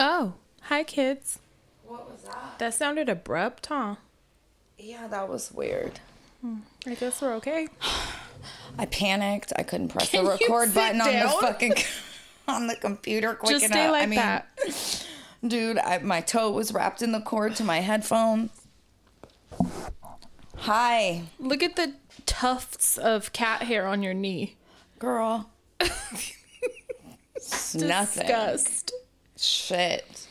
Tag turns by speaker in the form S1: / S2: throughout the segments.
S1: Oh, hi, kids.
S2: What was that?
S1: That sounded abrupt, huh?
S2: Yeah, that was weird.
S1: I guess we're okay.
S2: I panicked. I couldn't press
S1: Can
S2: the
S1: you
S2: record
S1: sit
S2: button on the
S1: down?
S2: fucking on the computer quick
S1: Just
S2: enough.
S1: stay like
S2: I mean,
S1: that.
S2: dude, I, my toe was wrapped in the cord to my headphone. Hi,
S1: Look at the tufts of cat hair on your knee.
S2: girl. It's Nothing.
S1: Disgust.
S2: Shit.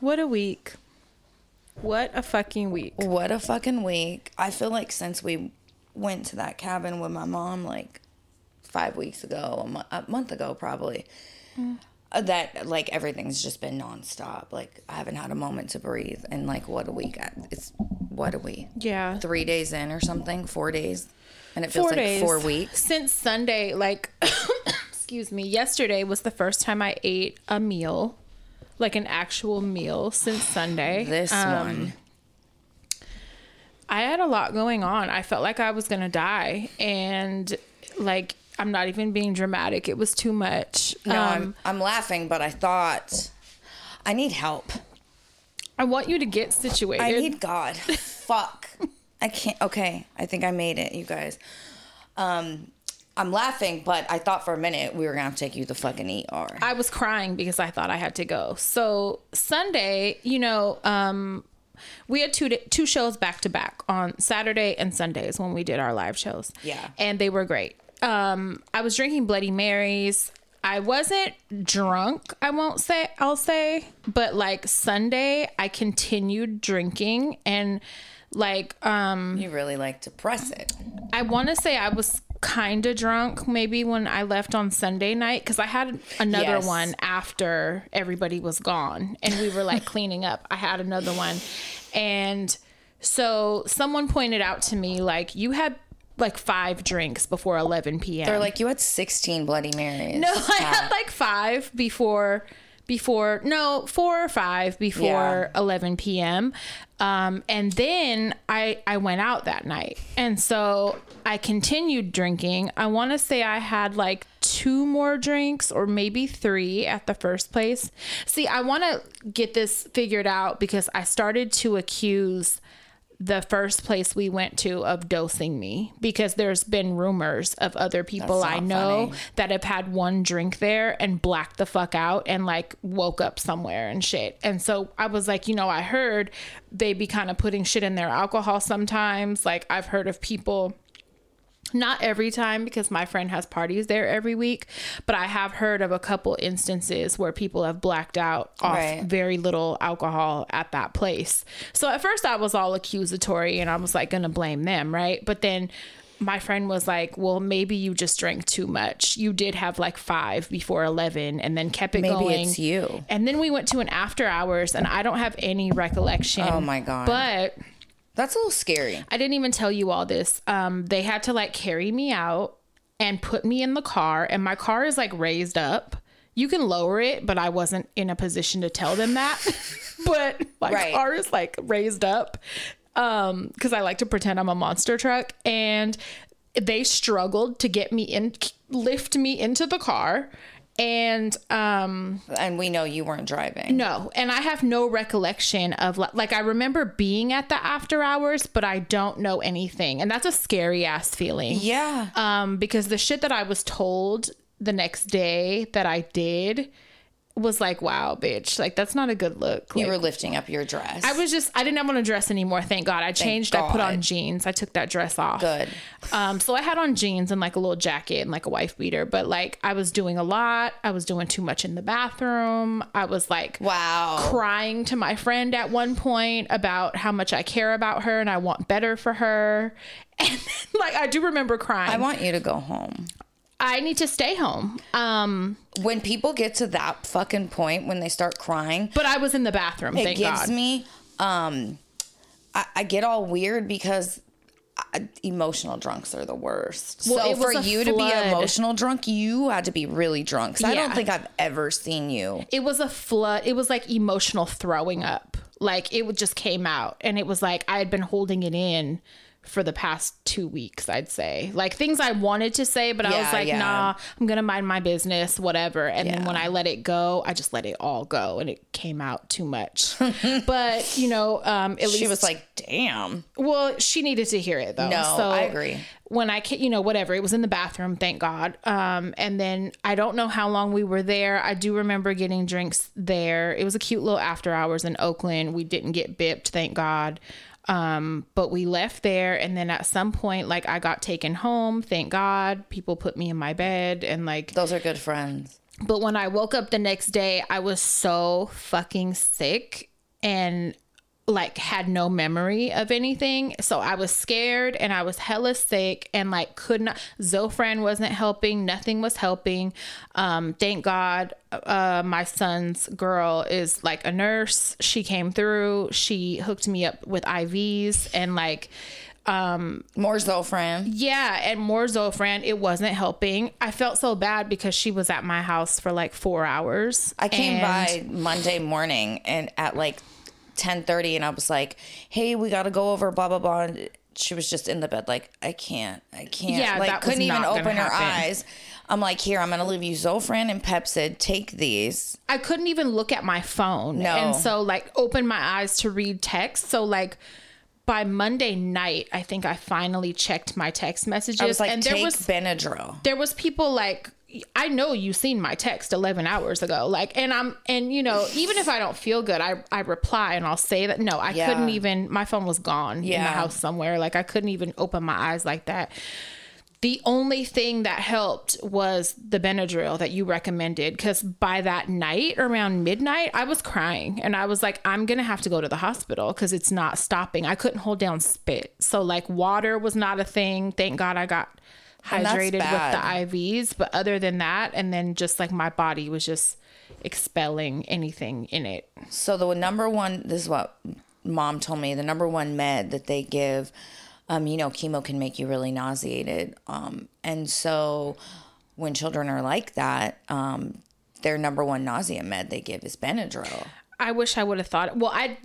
S1: What a week. What a fucking week.
S2: What a fucking week. I feel like since we went to that cabin with my mom like five weeks ago, a, mo- a month ago probably,
S1: Mm.
S2: uh, that like everything's just been nonstop. Like I haven't had a moment to breathe. And like, what a week. I- It's what a week.
S1: Yeah.
S2: Three days in or something, four days. And it feels
S1: Four
S2: like
S1: days.
S2: four weeks.
S1: Since Sunday, like, excuse me, yesterday was the first time I ate a meal, like an actual meal since Sunday.
S2: This
S1: Um,
S2: one.
S1: I had a lot going on. I felt like I was going to die. And, like, I'm not even being dramatic. It was too much.
S2: No,
S1: Um,
S2: I'm, I'm laughing, but I thought I need help.
S1: I want you to get situated.
S2: I need God. Fuck. I can't. Okay, I think I made it, you guys. Um, I'm laughing, but I thought for a minute we were gonna have to take you to fucking ER.
S1: I was crying because I thought I had to go. So Sunday, you know, um, we had two da- two shows back to back on Saturday and Sundays when we did our live shows.
S2: Yeah.
S1: and they were great. Um, I was drinking Bloody Marys. I wasn't drunk. I won't say. I'll say, but like Sunday, I continued drinking and like um
S2: You really like to press it.
S1: I want to say I was kind of drunk maybe when I left on Sunday night because I had another
S2: Yes.
S1: one after everybody was gone and we were like cleaning up. I had another one. And so someone pointed out to me, like, you had like five drinks before 11 p.m.
S2: They're like you had 16 Bloody Marys.
S1: no, I had like five before. Before no four or five before eleven p.m. Um, and then I I went out that night, and so I continued drinking. I want to say I had like two more drinks or maybe three at the first place. See, I want to get this figured out because I started to accuse the first place we went to of dosing me because there's been rumors of other people I
S2: That's not
S1: know
S2: funny.
S1: that have had one drink there and blacked the fuck out and like woke up somewhere and shit. And so I was like, you know, I heard they be kind of putting shit in their alcohol sometimes. Like I've heard of people not every time because my friend has parties there every week, but I have heard of a couple instances where people have blacked out off
S2: Right.
S1: very little alcohol at that place. So at first I was all accusatory and I was like going to blame them, right? But then my friend was like, "Well, maybe you just drank too much. You did have like 5 before 11 and then kept it
S2: Maybe
S1: going."
S2: it's you.
S1: And then we went to an after hours and I don't have any recollection.
S2: Oh my God.
S1: But
S2: That's a little scary.
S1: I didn't even tell you all this. Um, they had to like carry me out and put me in the car, and my car is like raised up. You can lower it, but I wasn't in a position to tell them that. but my
S2: Right.
S1: car is like raised up um because i like to pretend i'm a monster truck and they struggled to get me in lift me into the car and um
S2: And we know you weren't driving.
S1: no, and I have no recollection of like, like I remember being at the after hours, but I don't know anything, and that's a scary ass feeling.
S2: Yeah.
S1: Um, because the shit that I was told the next day that I did was like, wow, bitch, like that's not a good look.
S2: you
S1: Like,
S2: were lifting up your dress.
S1: I was just I didn't want to dress anymore. Thank God I changed. I put on jeans. I took that dress off.
S2: Good.
S1: Um, so I had on jeans and like a little jacket and like a wife beater, but like I was doing a lot. I was doing too much in the bathroom. I was like,
S2: Wow.
S1: crying to my friend at one point about how much I care about her and I want better for her. And like I do remember crying. I,
S2: I want you to go home.
S1: need to stay home. Um,
S2: When people get to that fucking point when they start crying,
S1: but I was in the bathroom.
S2: it
S1: thank
S2: gives
S1: God.
S2: me um I, I get all weird because I- uh, emotional drunks are the worst.
S1: Well, it
S2: so
S1: was
S2: for
S1: a
S2: you to be
S1: flood.
S2: emotional drunk, you had to be really drunk. 'Cause I don't
S1: Yeah.
S2: think I've ever seen you.
S1: It was a flood. It was like emotional throwing up. Like it would- just came out, and it was like I had been holding it in for the past two weeks. I'd say like things I wanted to say, but I
S2: Yeah,
S1: was like,
S2: yeah.
S1: nah, I'm gonna mind my business, whatever. And then when I let it go, I just let it all go, and it came out too much. but you know, um, at
S2: She
S1: least
S2: was like, "Damn."
S1: well, she needed to hear it though.
S2: No,
S1: so
S2: I agree.
S1: When I, ca- you know, whatever, it was in the bathroom, thank God. Um, and then I don't know how long we were there. I do remember getting drinks there. It was a cute little after hours in Oakland. We didn't get bipped, thank God. Um, but we left there, and then at some point, like I got taken home, thank God. People put me in my bed, and like
S2: Those are good friends.
S1: but when I woke up the next day, I was so fucking sick and like had no memory of anything. So I was scared and I was hella sick and like could not Zofran wasn't helping, nothing was helping. Um thank God uh my son's girl is like a nurse. She came through. She hooked me up with IVs and like
S2: More so friend.
S1: yeah, and more Zofran, it wasn't helping. I felt so bad because she was at my house for like four hours.
S2: I came
S1: and-
S2: by Monday morning and at like 10:30 and I was like, "Hey, we got to go over blah blah blah." And she was just in the bed like, "I can't. I can't."
S1: Yeah,
S2: like
S1: that was
S2: couldn't even
S1: not gonna
S2: open her
S1: happen.
S2: eyes. I'm like, "Here, I'm going to leave you Zofran and Pepsid. Take these."
S1: I couldn't even look at my phone.
S2: No.
S1: And so like opened my eyes to read text. So like by Monday night, I think I finally checked my text messages.
S2: I was like,
S1: and there
S2: "Take
S1: was
S2: Benadryl."
S1: there was people like I know you seen my text 11 hours ago like and I'm and you know even if I don't feel good I I reply and I'll say that no I
S2: Yeah.
S1: couldn't even my phone was gone in
S2: Yeah.
S1: the house somewhere like I couldn't even open my eyes like that the only thing that helped was the Benadryl that you recommended because by that night around midnight I was crying and I was like I'm gonna have to go to the hospital because it's not stopping I couldn't hold down spit so like water was not a thing thank God I got
S2: And that's
S1: hydrated with the
S2: bad.
S1: IVs, but other than that, and then just like my body was just expelling anything in it.
S2: So the number one, this is what mom told me. The number one med that they give, um, you know, chemo can make you really nauseated, um, and so when children are like that, um, their number one nausea med they give is Benadryl.
S1: I wish I would have thought. Well, I,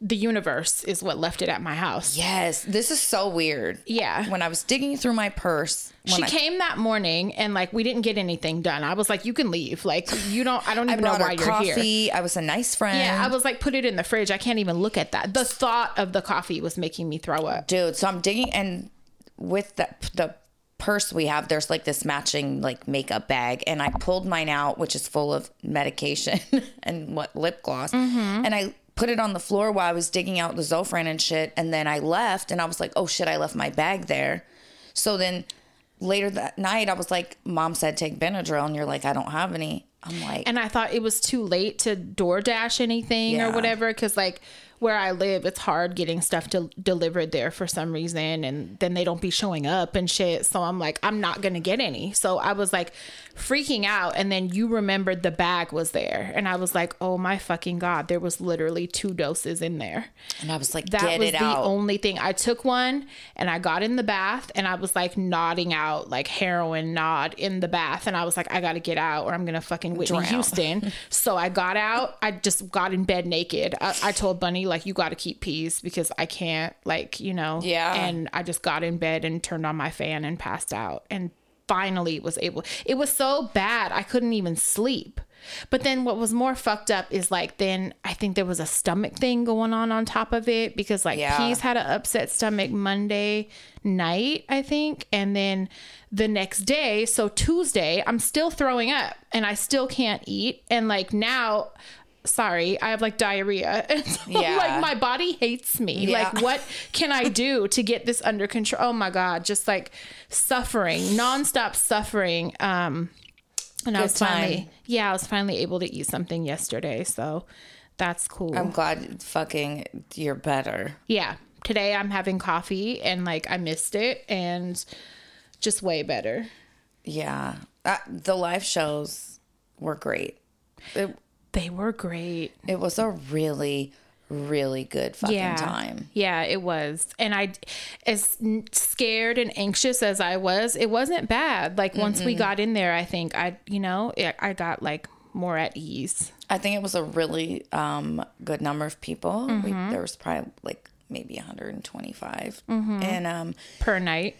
S1: the universe is what left it at my house.
S2: Yes, this is so weird.
S1: Yeah.
S2: When I was digging through my purse, when
S1: She
S2: I,
S1: came that morning and like we didn't get anything done. I was like, you can leave. Like you don't. I don't
S2: I
S1: even know
S2: brought
S1: why
S2: her
S1: you're here.
S2: coffee. I was a nice friend.
S1: Yeah, I was like, put it in the fridge. I can't even look at that. The thought of the coffee was making me throw up.
S2: dude. So I'm digging, and with the the purse we have, there's like this matching like makeup bag, and I pulled mine out, which is full of medication and what lip gloss,
S1: Mm-hmm.
S2: and I put it on the floor while I was digging out the Zofran and shit, and then I left, and I was like, oh shit, I left my bag there, so then. Later that night, I was like, "Mom said take Benadryl," and you're like, "I don't have any." I'm like,
S1: and I thought it was too late to DoorDash anything
S2: Yeah.
S1: or whatever because like where I live, it's hard getting stuff del delivered there for some reason, and then they don't be showing up and shit. So I'm like, I'm not gonna get any. So I was like freaking out, and then you remembered the bag was there, and I was like, oh my fucking god, there was literally two doses in there
S2: and I was like,
S1: that
S2: "Get
S1: was
S2: it
S1: the
S2: out."
S1: only thing i took one and i got in the bath and i was like nodding out like heroin nod in the bath and i was like i gotta get out or i'm gonna fucking whitney
S2: Drown.
S1: houston so i got out i just got in bed naked I, I told bunny like you gotta keep peace because i can't like you know
S2: Yeah.
S1: and i just got in bed and turned on my fan and passed out and finally was able it was so bad i couldn't even sleep but then what was more fucked up is like then I think there was a stomach thing going on on top of it because like
S2: Yeah.
S1: Peas had an upset stomach Monday night I think and then the next day so Tuesday I'm still throwing up and I still can't eat and like now sorry I have like diarrhea and so,
S2: Yeah.
S1: like my body hates me
S2: Yeah.
S1: like what can I do to get this under control oh my god just like suffering nonstop suffering um and I
S2: Good
S1: was finally
S2: time.
S1: yeah, I was finally able to eat something yesterday, so that's cool.
S2: I'm glad, fucking, you're better.
S1: yeah. Today I'm having coffee and like I missed it and just way better.
S2: Yeah. Uh, the live shows were great. It,
S1: They were great.
S2: it was a really, really good fucking
S1: yeah.
S2: time.
S1: Yeah, it was. And I, as n- scared and anxious as I was, it wasn't bad. Like once we got in there, I think I, you know, it, I got like more at ease.
S2: I think it was a really um, good number of people. We,
S1: Mm-hmm.
S2: there was probably like maybe 125,
S1: Mm-hmm.
S2: and um,
S1: per night.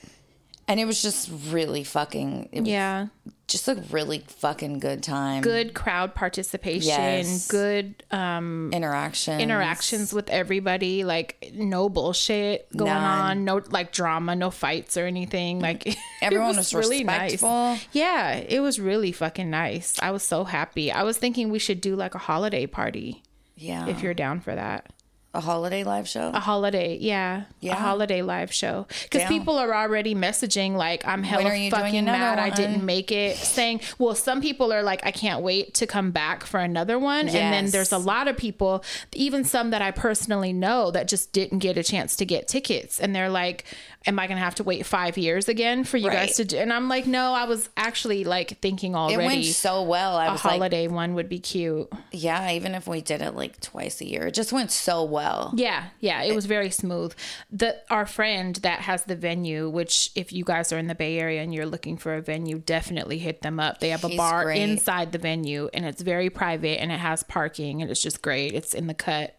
S2: and it was just really fucking. It was
S1: Yeah.
S2: just a really fucking good time.
S1: Good crowd participation,
S2: Yes.
S1: good um,
S2: interaction.
S1: interactions with everybody, like no bullshit going
S2: None.
S1: on, no like drama, no fights or anything. Like it
S2: Everyone was respectful.
S1: nice. Yeah, it was really fucking nice. I was so happy. I was thinking we should do like a holiday party
S2: Yeah.
S1: if you're down for that.
S2: a holiday live show.
S1: A holiday, yeah,
S2: Yeah.
S1: a holiday live show. Because
S2: Down.
S1: people are already messaging like, "I'm hella
S2: are you doing
S1: fucking
S2: another
S1: mad I didn't
S2: one?"
S1: make it." Saying, "Well, some people are like, I can't wait to come back for another one." And then
S2: Yes.
S1: there's a lot of people, even some that I personally know, that just didn't get a chance to get tickets, and they're like, "Am I gonna have to wait five years again for you
S2: Right.
S1: guys to?" do And I'm like, "No, I was actually like thinking
S2: it
S1: already."
S2: went so well. I
S1: a
S2: was like,
S1: holiday one would be cute.
S2: yeah, even if we did it like twice a year, it just went so well.
S1: Yeah, yeah,
S2: Eh.
S1: it was very smooth. The our friend that has the venue, which if you guys are in the Bay Area and you're looking for a venue, definitely hit them up. They have a
S2: He's
S1: bar
S2: great.
S1: inside the venue and it's very private and it has parking and it's just great. It's in the cut.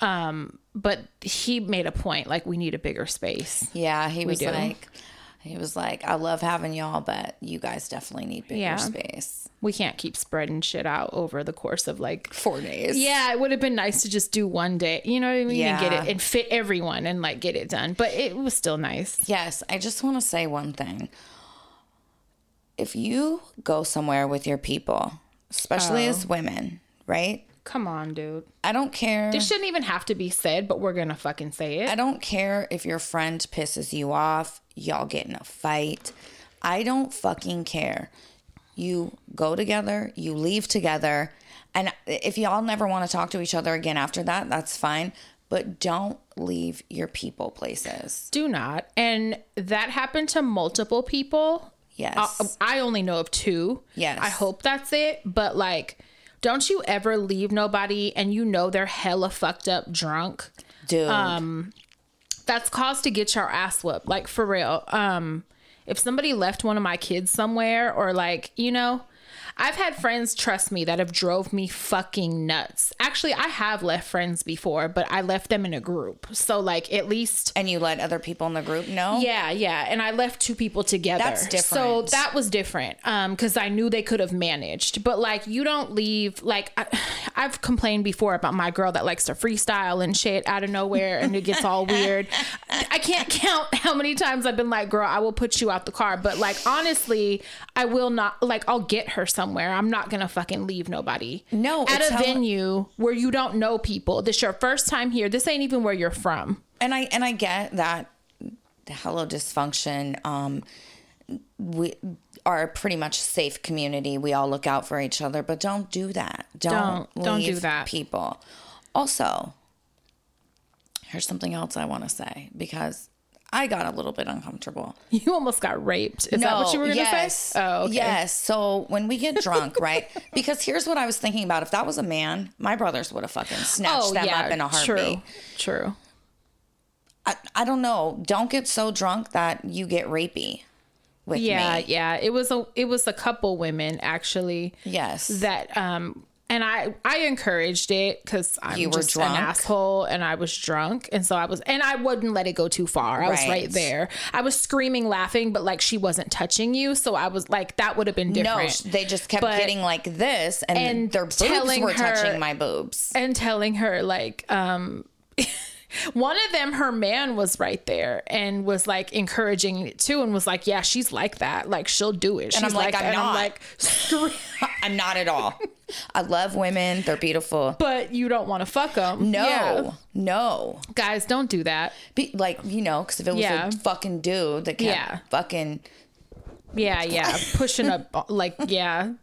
S1: Um, but he made a point like we need a bigger space.
S2: Yeah, he was
S1: do.
S2: like, he was like, I love having y'all, but you guys definitely need bigger
S1: Yeah.
S2: space.
S1: We can't keep spreading shit out over the course of like
S2: Four days.
S1: yeah, it would have been nice to just do one day, you know what I mean? And get
S2: Yeah.
S1: it and fit everyone and like get it done. But it was still nice.
S2: Yes, I just want to say one thing. If you go somewhere with your people, especially as women, right?
S1: Come on, dude.
S2: I don't care.
S1: It shouldn't even have to be said, but we're gonna fucking say
S2: I
S1: it.
S2: don't care if your friend pisses you off, y'all get in a fight. I don't fucking care. You go together, you leave together. And if y'all never want to talk to each other again after that, that's fine. But don't leave your people places.
S1: Do not. And that happened to multiple people.
S2: Yes.
S1: I, I only know of two.
S2: Yes.
S1: I hope that's it. But like, don't you ever leave nobody and you know they're hella fucked up drunk.
S2: Dude.
S1: That's cause to get your ass whooped. Like for real. Um, if somebody left one of my kids somewhere or like, you know, I've had friends trust me that have drove me fucking nuts. Actually, I have left friends before, but I left them in a group. So like at least
S2: and you let other people in the group know?
S1: Yeah, yeah. And I left two people together.
S2: That's
S1: So
S2: different.
S1: that was different. Um, because I knew they could have managed. But like you don't leave like I, I've complained before about my girl that likes to freestyle and shit out of nowhere and it gets all weird. I can't count how many times I've been like, girl, I will put you out the car. But like honestly, I will not like I'll get her somewhere. I'm not gonna fucking leave nobody.
S2: No,
S1: At
S2: it's
S1: a
S2: how-
S1: venue where you don't know people. This your first time here. This ain't even where you're from.
S2: and I and I get that hello dysfunction um we are a pretty much safe community. We all look out for each other, but don't do that. Don't
S1: Don't- don't do
S2: leave
S1: that.
S2: People. Also, here's something else I want to say because I got a little bit uncomfortable.
S1: You almost got raped. Is that what you were gonna
S2: yes.
S1: say? Oh, okay.
S2: Yes. So when we get drunk, right? Because here's what I was thinking about. If that was a man, my brothers would have fucking snatched
S1: Oh,
S2: them
S1: yeah.
S2: up in a heartbeat.
S1: True. True.
S2: I, I don't know. Don't get so drunk that you get rapey with
S1: Yeah,
S2: me.
S1: yeah. It was a it was a couple women actually
S2: Yes.
S1: that um and I I encouraged it because I'm
S2: You were
S1: just
S2: drunk.
S1: an asshole and I was drunk and so I was and I wouldn't let it go too far. I was
S2: Right.
S1: right there. I was screaming, laughing, but like she wasn't touching you, so I was like that would have been
S2: no,
S1: different.
S2: sh- they just kept
S1: But-
S2: getting like this, and,
S1: and
S2: their boobs
S1: telling
S2: were
S1: her-
S2: touching my boobs.
S1: and telling her like um one of them her man was right there and was like encouraging it too and was like yeah she's like that like she'll do it she's
S2: I'm like,
S1: that.
S2: "I'm
S1: and
S2: not."
S1: i'm like "Screw-
S2: I'm not at all. I love women. They're beautiful.
S1: but you don't want to fuck them
S2: no, no.
S1: guys don't do that
S2: Be, like you know, because if it was
S1: Yeah.
S2: a fucking dude that kept
S1: Yeah.
S2: fucking.
S1: yeah yeah pushing up like yeah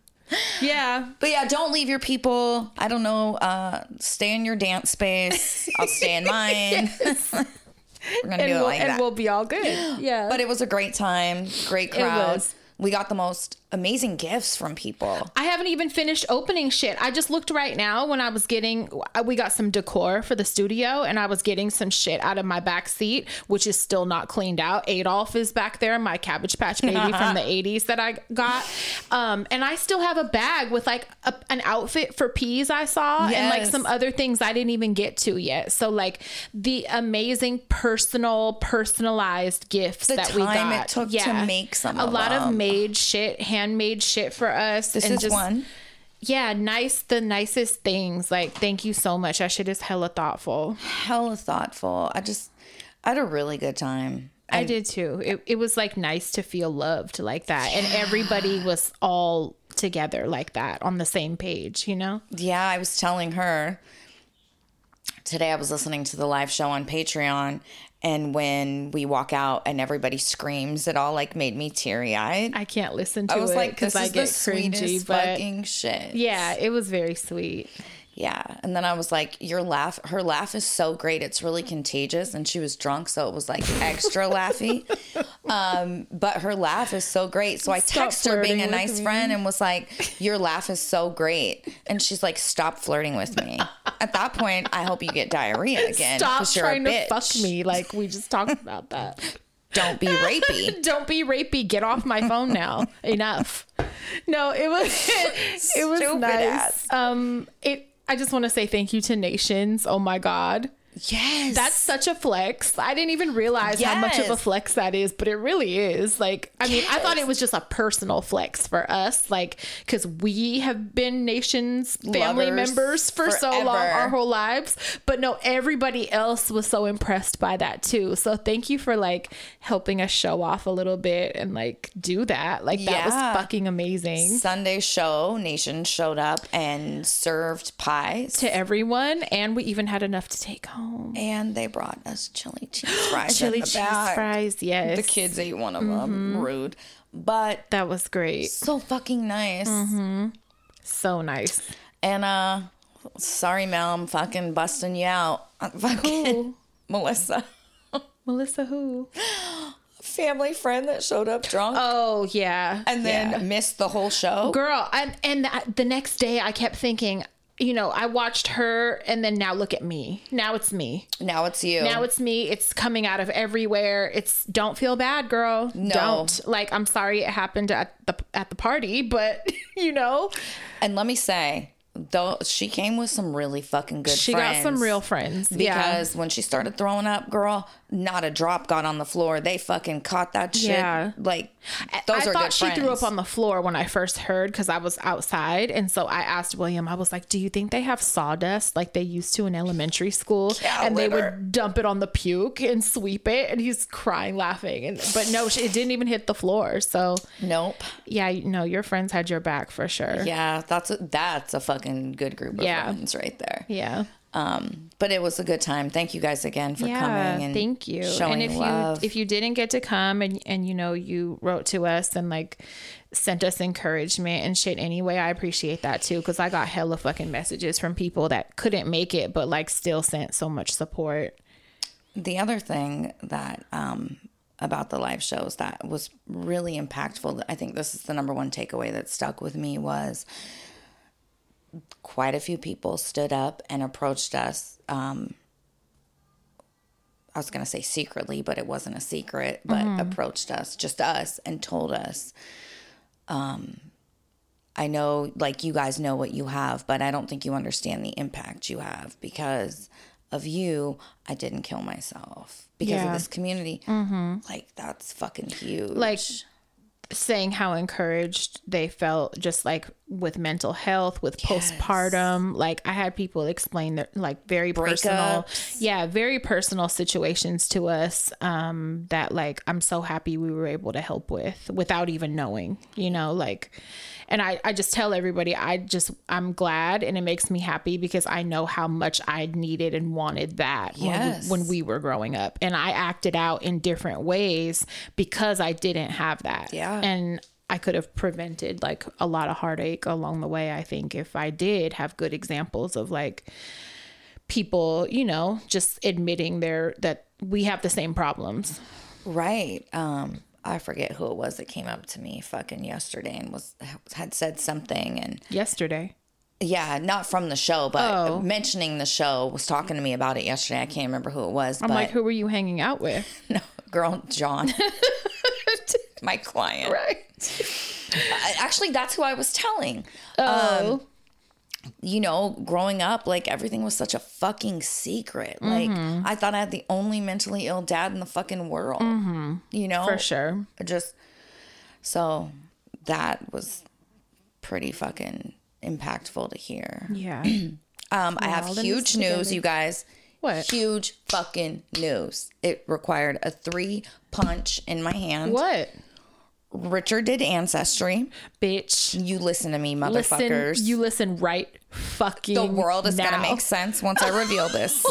S1: yeah
S2: But yeah, don't leave your people. I don't know. Uh, stay in your dance space. I'll stay in mine. We're gonna
S1: and,
S2: do it
S1: we'll,
S2: like
S1: and
S2: that.
S1: we'll be all good yeah
S2: But it was a great time, great crowd.
S1: was.
S2: We got the most amazing gifts from people.
S1: I haven't even finished opening shit. I just looked right now when I was getting, uh, we got some decor for the studio and I was getting some shit out of my back seat, which is still not cleaned out. Adolf is back there, my Cabbage Patch baby from the 80s that I got. Um, and I still have a bag with like a, an outfit for peas I saw and like
S2: Yes.
S1: some other things I didn't even get to yet. So, like the amazing personal, personalized gifts that we
S2: time it
S1: got.
S2: took to make some
S1: a
S2: of
S1: lot of
S2: them.
S1: made shit, handmade shit for us.
S2: This is one.
S1: Yeah, nice. The nicest things. Like, thank you so much. That shit is hella thoughtful.
S2: Hella thoughtful. I just, I had a really good time.
S1: I did too. It, it was like nice to feel loved like that. And everybody was all together like that on the same page, you know?
S2: Yeah, I was telling her today I was listening to the live show on Patreon and when we walk out and everybody screams, it all like made me teary eyed.
S1: I can't listen to
S2: I was
S1: it
S2: like, this
S1: because I
S2: is the
S1: get cringy.
S2: sweetest
S1: But
S2: fucking shit.
S1: yeah, it was very sweet.
S2: Yeah. And then I was like, your laugh, her laugh is so great. It's really contagious. And she was drunk. So it was like extra laughy. Um, but her laugh is so great. So I
S1: Stop
S2: texted her being
S1: flirting
S2: a
S1: with
S2: nice
S1: me.
S2: friend and was like, your laugh is so great. And she's like, stop flirting with me. At that point, I hope you get diarrhea again.
S1: Stop
S2: 'cause you're a
S1: trying to
S2: bitch.
S1: fuck me. Like, we just talked about that.
S2: Don't be rapey.
S1: Don't be rapey. Get off my phone now. Enough. No, it was it was
S2: Stupid
S1: nice.
S2: ass.
S1: Um, it. I just want to say thank you to Nations. Oh my God,
S2: yes.
S1: that's such a flex. I didn't even realize how much of a
S2: Yes.
S1: flex that is, but it really is. Like, I mean, I thought it
S2: Yes.
S1: was just a personal flex for us, like because we have been Nations family
S2: Lovers
S1: members for so long,
S2: forever.
S1: our whole lives. But no, everybody else was so impressed by that too. So thank you for like helping us show off a little bit and like do that. Like that was
S2: Yeah.
S1: fucking amazing.
S2: Sunday show. Nation showed up and served pies.
S1: To everyone, and we even had enough to take home.
S2: and they brought us chili cheese fries.
S1: Chili
S2: in the
S1: cheese
S2: back.
S1: fries, yes.
S2: The kids ate one of
S1: Mm-hmm.
S2: them. Rude. But
S1: That was great.
S2: so fucking nice.
S1: Mm-hmm. So nice.
S2: And uh sorry Mel, I'm fucking busting you out. I'm fucking
S1: Who?
S2: Melissa.
S1: Melissa who?
S2: Family friend that showed up drunk
S1: Oh yeah.
S2: and then missed the whole show.
S1: girl, and and the, the next day I kept thinking, you know, I watched her and then now look at me. Now it's me.
S2: Now it's you.
S1: Now it's me. It's coming out of everywhere. It's don't feel bad, girl.
S2: No.
S1: Don't. Like I'm sorry it happened at the at the party, but you know,
S2: and let me say, though she came with some really fucking good
S1: she
S2: friends.
S1: got some real friends. yeah.
S2: because when she started throwing up, girl, not a drop got on the floor. They fucking caught that shit.
S1: Yeah.
S2: Like those
S1: I
S2: are
S1: thought
S2: good
S1: she
S2: friends.
S1: threw up on the floor when I first heard because I was outside, and so I asked William. I was like, "Do you think they have sawdust like they used to in elementary school,
S2: Cow
S1: and they
S2: litter.
S1: would dump it on the puke and sweep it?" And he's crying, laughing, and but no, she- it didn't even hit the floor. So
S2: Nope.
S1: yeah, you no, your friends had your back for sure.
S2: Yeah, that's a, that's a fucking good group of
S1: Yeah.
S2: friends right there.
S1: yeah.
S2: Um, but it was a good time. Thank you guys again for coming and
S1: thank you
S2: showing
S1: and if
S2: love.
S1: you if you didn't get to come and and you know you wrote to us and like sent us encouragement and shit anyway i appreciate that too because i got hella fucking messages from people that couldn't make it but like still sent so much support
S2: the other thing that um about the live shows that was really impactful. I think this is the number one takeaway that stuck with me was quite a few people stood up and approached us. Um, I was going to say secretly, but it wasn't a secret, but approached us, just us, and told us, um, I know, like, you guys know what you have, but I don't think you understand the impact you have because of you, I didn't kill myself because
S1: Yeah.
S2: of this community. Like, that's fucking huge.
S1: like saying how encouraged they felt just like with mental health with postpartum like i had people explain their like very personal yeah very personal situations to us um that like i'm so happy we were able to help with without even knowing you know like and i i just tell everybody i just i'm glad and it makes me happy because i know how much i needed and wanted that when we-
S2: Yes.
S1: when we we were growing up and i acted out in different ways because i didn't have that
S2: Yeah.
S1: and i could have prevented like a lot of heartache along the way i think if i did have good examples of like people you know just admitting their that we have the same problems
S2: Right. Um, I forget who it was that came up to me fucking yesterday and was had said something and
S1: yesterday.
S2: yeah, not from the show, but
S1: Oh.
S2: mentioning the show was talking to me about it yesterday. I can't remember who it was,
S1: I'm
S2: but
S1: like, who were you hanging out with?
S2: no, girl, John, my client.
S1: Right.
S2: I- Actually, that's who I was telling.
S1: Oh.
S2: Um, you know, growing up, like everything was such a fucking secret. Like
S1: Mm-hmm.
S2: I thought I had the only mentally ill dad in the fucking world. You know,
S1: Mm-hmm. for sure.
S2: I Just so that was pretty fucking impactful to hear.
S1: Yeah.
S2: Um, I have
S1: all in this
S2: huge news, you guys.
S1: What?
S2: Huge fucking news. It required a three punch in my hand.
S1: what?
S2: Richard did ancestry.
S1: Bitch.
S2: You listen to me, motherfuckers.
S1: Listen. You listen right fucking
S2: the world is
S1: now.
S2: gonna make sense once I reveal this.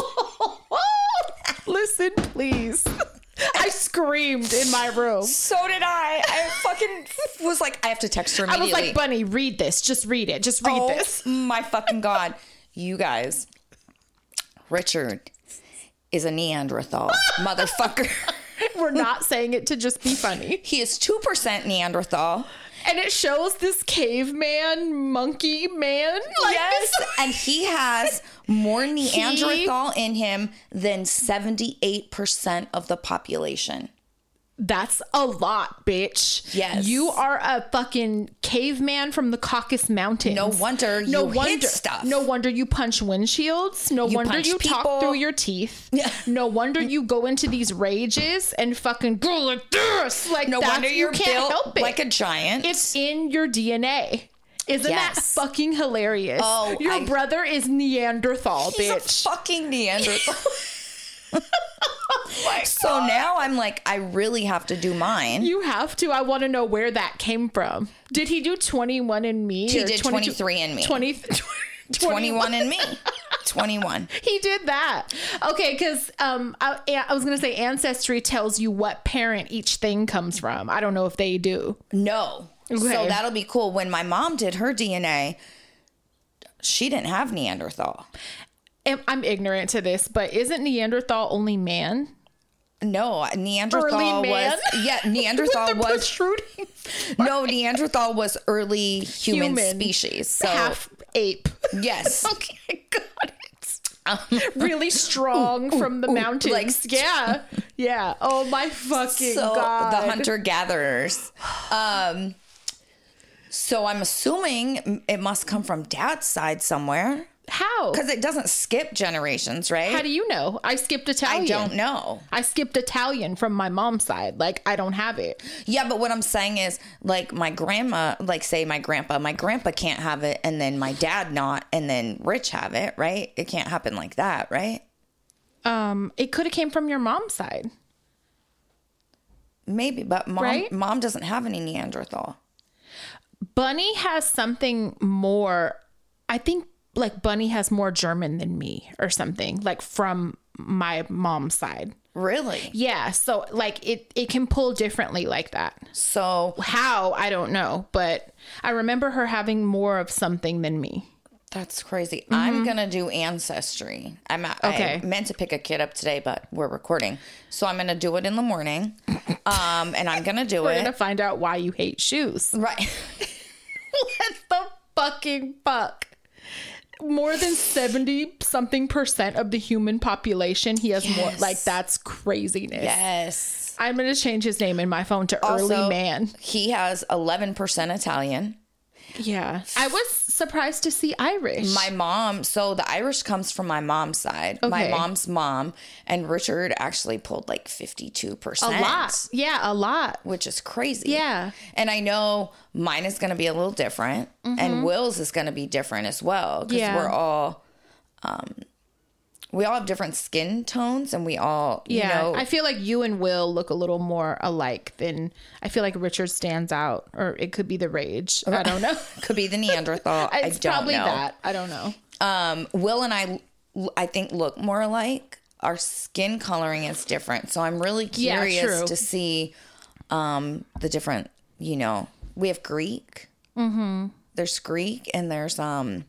S1: Listen, please. I screamed in my room.
S2: So did I. I fucking was like, I have to text her
S1: I was
S2: immediately.
S1: like, Bunny, read this. Just read it. Just read
S2: oh,
S1: this.
S2: my fucking god, you guys. Richard is a Neanderthal, motherfucker.
S1: We're not saying it to just be funny.
S2: He is two percent Neanderthal.
S1: And it shows this caveman, monkey man. Like
S2: yes,
S1: this-
S2: and he has more Neanderthal in him than seventy-eight percent of the population.
S1: That's a lot, bitch.
S2: Yes.
S1: You are a fucking caveman from the Caucasus Mountains.
S2: No wonder you hit stuff.
S1: No wonder you punch windshields. No wonder
S2: punch
S1: you
S2: people.
S1: talk through your teeth.
S2: Yeah.
S1: No wonder you go into these rages and fucking go like this. Like
S2: No
S1: that's-
S2: wonder
S1: you
S2: you're
S1: can't
S2: built
S1: help it.
S2: like a giant.
S1: it's in your DNA. Isn't that
S2: Yes.
S1: fucking hilarious?
S2: Oh,
S1: your
S2: I-
S1: brother is Neanderthal,
S2: He's a
S1: bitch.
S2: fucking Neanderthal.
S1: Oh
S2: so now I'm like, I really have to do mine.
S1: You have to. I want to know where that came from. Did he do 21 and me?
S2: He did 23andMe.
S1: 20,
S2: 21 and me. 21.
S1: He did that. Okay, because um, I, I was going to say Ancestry tells you what parent each thing comes from. I don't know if they do.
S2: No. So
S1: Okay.
S2: that'll be cool. When my mom did her DNA, she didn't have Neanderthal.
S1: Am- I'm ignorant to this, but isn't Neanderthal only man?
S2: No, Neanderthal
S1: Early man.
S2: was yeah, Neanderthal
S1: With the
S2: was
S1: protruding
S2: no, Neanderthal was early human,
S1: Human.
S2: species. So
S1: half ape.
S2: yes.
S1: Okay, got it.
S2: Um,
S1: really strong from the mountains. yeah, yeah. Oh my fucking
S2: so
S1: god!
S2: the hunter gatherers um so i'm assuming it must come from dad's side somewhere
S1: How?
S2: because it doesn't skip generations right
S1: How do you know? I skipped Italian.
S2: i don't know
S1: I skipped Italian from my mom's side. Like I don't have it.
S2: yeah but what i'm saying is like my grandma like say my grandpa my grandpa can't have it and then my dad not and then rich have it right it can't happen like that right
S1: Um, it could have came from your mom's side.
S2: maybe but mom
S1: Right?
S2: mom doesn't have any neanderthal
S1: Bunny has something more. I think like Bunny has more German than me or something. Like from my mom's side.
S2: really
S1: Yeah. So like it it can pull differently like that.
S2: so
S1: How I don't know, but I remember her having more of something than me.
S2: That's crazy. I'm gonna do ancestry. I'm I
S1: Mm-hmm. Okay.
S2: meant to pick a kid up today, but we're recording, so I'm gonna do it in the morning. Um, and I'm gonna do
S1: We're
S2: it
S1: gonna find out why you hate shoes.
S2: right.
S1: What the fucking fuck? More than 70 something percent of the human population, he has more.
S2: Yes.
S1: Like, that's craziness.
S2: Yes.
S1: I'm going to change his name in my phone to
S2: Also,
S1: Early Man.
S2: He has 11 percent Italian.
S1: Yeah. I was surprised to see Irish.
S2: My mom. So the Irish comes from my mom's side. My
S1: Okay.
S2: mom's mom and Richard actually pulled like 52
S1: a
S2: percent.
S1: lot. Yeah, a lot.
S2: which is crazy.
S1: Yeah.
S2: And I know mine is going to be a little different and Will's is going to be different as well because
S1: Mm-hmm. Yeah.
S2: we're all, um, we all have different skin tones and we all,
S1: Yeah.
S2: you know,
S1: I feel like you and Will look a little more alike than I feel like Richard stands out, or it could be the rage. I don't know.
S2: could be the Neanderthal. I
S1: It's
S2: don't
S1: probably
S2: know.
S1: that. I don't know.
S2: Um, Will and I, l- I think look more alike. Our skin coloring is different. So I'm really
S1: Yeah,
S2: curious
S1: true.
S2: to see, um, the different, you know, we have Greek. Mm-hmm. There's Greek and there's, um,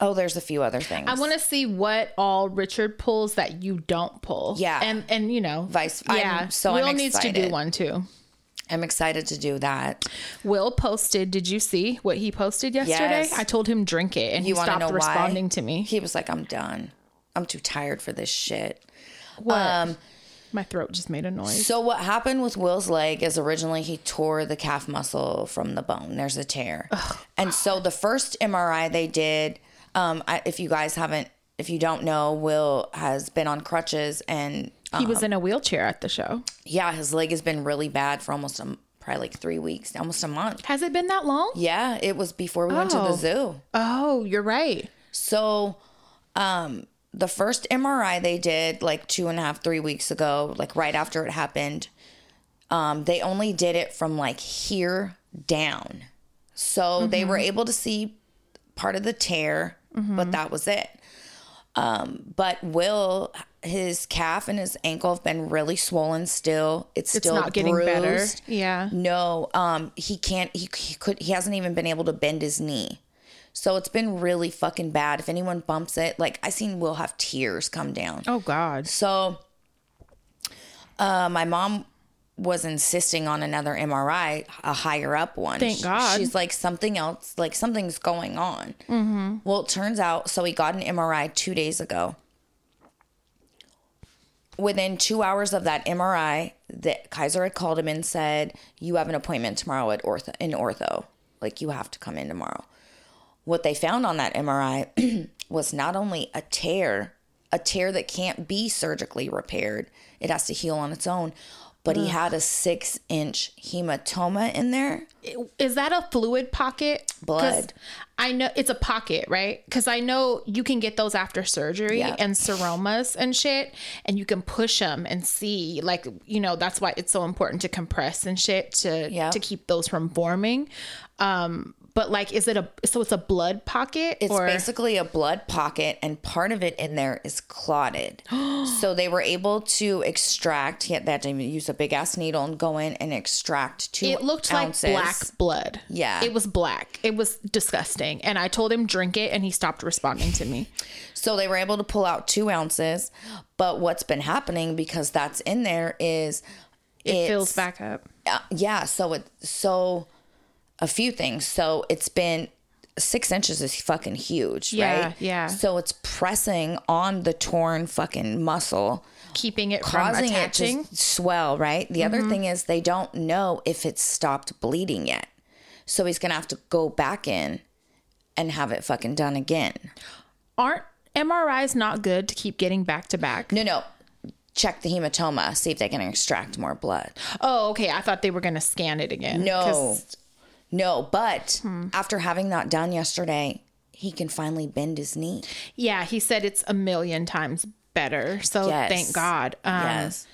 S2: Oh, there's a few other things.
S1: I want to see what all Richard pulls that you don't pull.
S2: Yeah.
S1: and and you know,
S2: Vice- I'm-
S1: Yeah,
S2: so I'm
S1: Will needs to do
S2: excited.
S1: one too.
S2: I'm excited to do that.
S1: Will posted. Did you see what he posted yesterday?
S2: Yes.
S1: I told him drink it, and
S2: You
S1: he
S2: want to know
S1: stopped responding
S2: why?
S1: to me.
S2: He was like, "I'm done. I'm too tired for this shit."
S1: What?
S2: Um,
S1: My throat just made a noise.
S2: So what happened with Will's leg is originally he tore the calf muscle from the bone. There's a tear, and so the first MRI they did. Um, I, if you guys haven't, if you don't know, Will has been on crutches, and uh,
S1: He was in a wheelchair at the show.
S2: yeah, his leg has been really bad for almost a, m- probably like three weeks, almost a month.
S1: Has it been that long?
S2: Yeah, it was before we went to the
S1: Oh.
S2: zoo.
S1: Oh, you're right.
S2: So, um, the first MRI they did like two and a half, three weeks ago, like right after it happened, um, they only did it from like here down. So they
S1: Mm-hmm.
S2: were able to see part of the tear, but that was it. Um, but Will, his calf and his ankle have been really swollen still. It's
S1: It's
S2: still
S1: not getting better.
S2: bruised.
S1: Yeah.
S2: No, um, he can't. He, he could. He hasn't even been able to bend his knee, so it's been really fucking bad. If anyone bumps it, like I seen, Will have tears come down.
S1: Oh God.
S2: So, uh, my mom was insisting on another MRI, a higher up one.
S1: Thank
S2: She-
S1: God.
S2: She's like something else, like something's going on.
S1: Mm-hmm.
S2: Well, it turns out, so he got an MRI two days ago. Within two hours of that MRI, the Kaiser had called him and said, "You have an appointment tomorrow at ortho in ortho. Like you have to come in tomorrow." What they found on that MRI was not only a tear, a tear that can't be surgically repaired, it has to heal on its own, but he had a six inch hematoma in there.
S1: Is that a fluid pocket? 'Cause
S2: Blood.
S1: I know it's a pocket, right? Because I know you can get those after surgery
S2: Yeah.
S1: and seromas and shit, and you can push them and see, like you know, that's why it's so important to compress and shit to
S2: Yeah.
S1: to keep those from forming. Um, but like, is it a so it's a blood pocket
S2: It's
S1: or
S2: basically a blood pocket, and part of it in there is clotted. so they were able to extract, yeah, that use a big ass needle and go in and extract two
S1: it looked
S2: ounces.
S1: like black blood.
S2: Yeah.
S1: It was black. It was disgusting. And I told him drink it and he stopped responding to me.
S2: So they were able to pull out two ounces. But what's been happening because that's in there is
S1: It
S2: it's-
S1: fills back up.
S2: uh, yeah. So it so a few things. So it's been six inches is fucking huge,
S1: Yeah,
S2: right?
S1: yeah.
S2: So it's pressing on the torn fucking muscle,
S1: Keeping it from
S2: causing it
S1: attaching. Mm-hmm.
S2: to swell. Right. The other thing is they don't know if it's stopped bleeding yet. So he's gonna have to go back in and have it fucking done again.
S1: Aren't MRIs not good to keep getting back to back?
S2: No, no. Check the hematoma, see if they can extract more blood.
S1: Oh, okay. I thought they were going to scan it again.
S2: No.
S1: 'Cause-
S2: No, but after having that done yesterday, he can finally bend his knee.
S1: Yeah, he said it's a million times better. So
S2: Yes.
S1: thank God. Um,
S2: yes.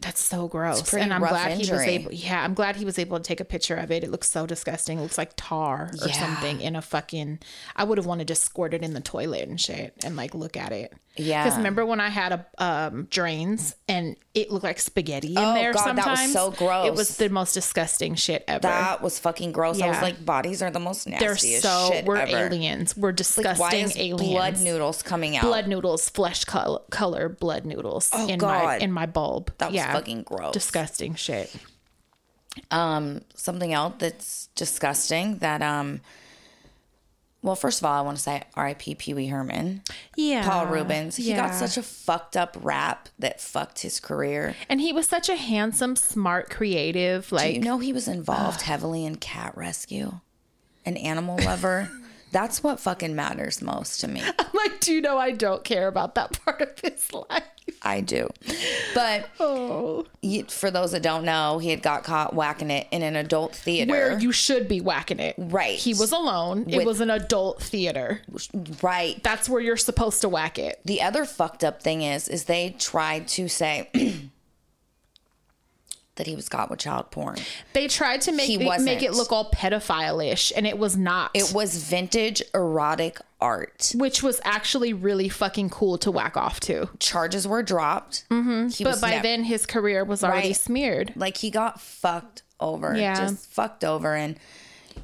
S1: That's so gross.
S2: pretty
S1: and I'm
S2: rough
S1: glad he was
S2: injury.
S1: able. Yeah, I'm glad he was able to take a picture of it. It looks so disgusting. It looks like tar or
S2: Yeah.
S1: something in a fucking. I would have wanted to squirt it in the toilet and shit and like look at it.
S2: Yeah.
S1: Because remember when I had a um, drains and it looked like spaghetti in
S2: Oh,
S1: there.
S2: God, that was
S1: sometimes
S2: so
S1: It
S2: gross.
S1: was the most disgusting shit ever.
S2: That was fucking gross. I
S1: Yeah.
S2: was like, bodies are the most
S1: They're
S2: nasty
S1: so
S2: shit
S1: we're
S2: ever.
S1: aliens. We're disgusting
S2: Why is
S1: aliens.
S2: blood noodles coming out?
S1: blood noodles, flesh color, color blood noodles in my
S2: Oh, God.
S1: in my bulb.
S2: That was fucking gross.
S1: Disgusting shit.
S2: Something else that's disgusting that um well, first of all, I want to say R.I.P. Pee Wee Herman,
S1: Yeah.
S2: Paul Rubens. He got
S1: Yeah.
S2: such a fucked up rap that fucked his career.
S1: And he was such a handsome, smart, creative, like
S2: You know, he was involved heavily in cat rescue, an animal lover. That's what fucking matters most to me.
S1: I'm like, do you know I don't care about that part of his life?
S2: I do. But
S1: Oh.
S2: he- for those that don't know, he had got caught whacking it in an adult theater.
S1: Where you should be whacking it.
S2: Right.
S1: He was alone. it
S2: With-
S1: was an adult theater.
S2: right.
S1: That's where you're supposed to whack it.
S2: The other fucked up thing is, is they tried to say that he was caught with child porn.
S1: They tried to make
S2: He
S1: it, make
S2: wasn't.
S1: it look all pedophile-ish, and it was not.
S2: It was vintage erotic art.
S1: which was actually really fucking cool to whack off to.
S2: Charges were dropped. Mm-hmm. He
S1: But
S2: was
S1: by
S2: nev-
S1: then, his career was already
S2: Right.
S1: smeared.
S2: like he got fucked over
S1: Yeah.
S2: just fucked over and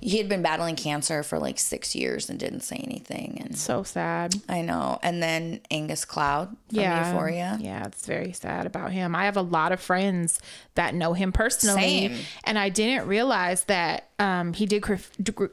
S2: he had been battling cancer for like six years and didn't say anything. And
S1: So sad.
S2: I know. And then Angus Cloud from
S1: yeah.
S2: Euphoria.
S1: Yeah, it's very sad about him. I have a lot of friends that know him personally,
S2: Same.
S1: and I didn't realize that um, he did. Graf- d- gr-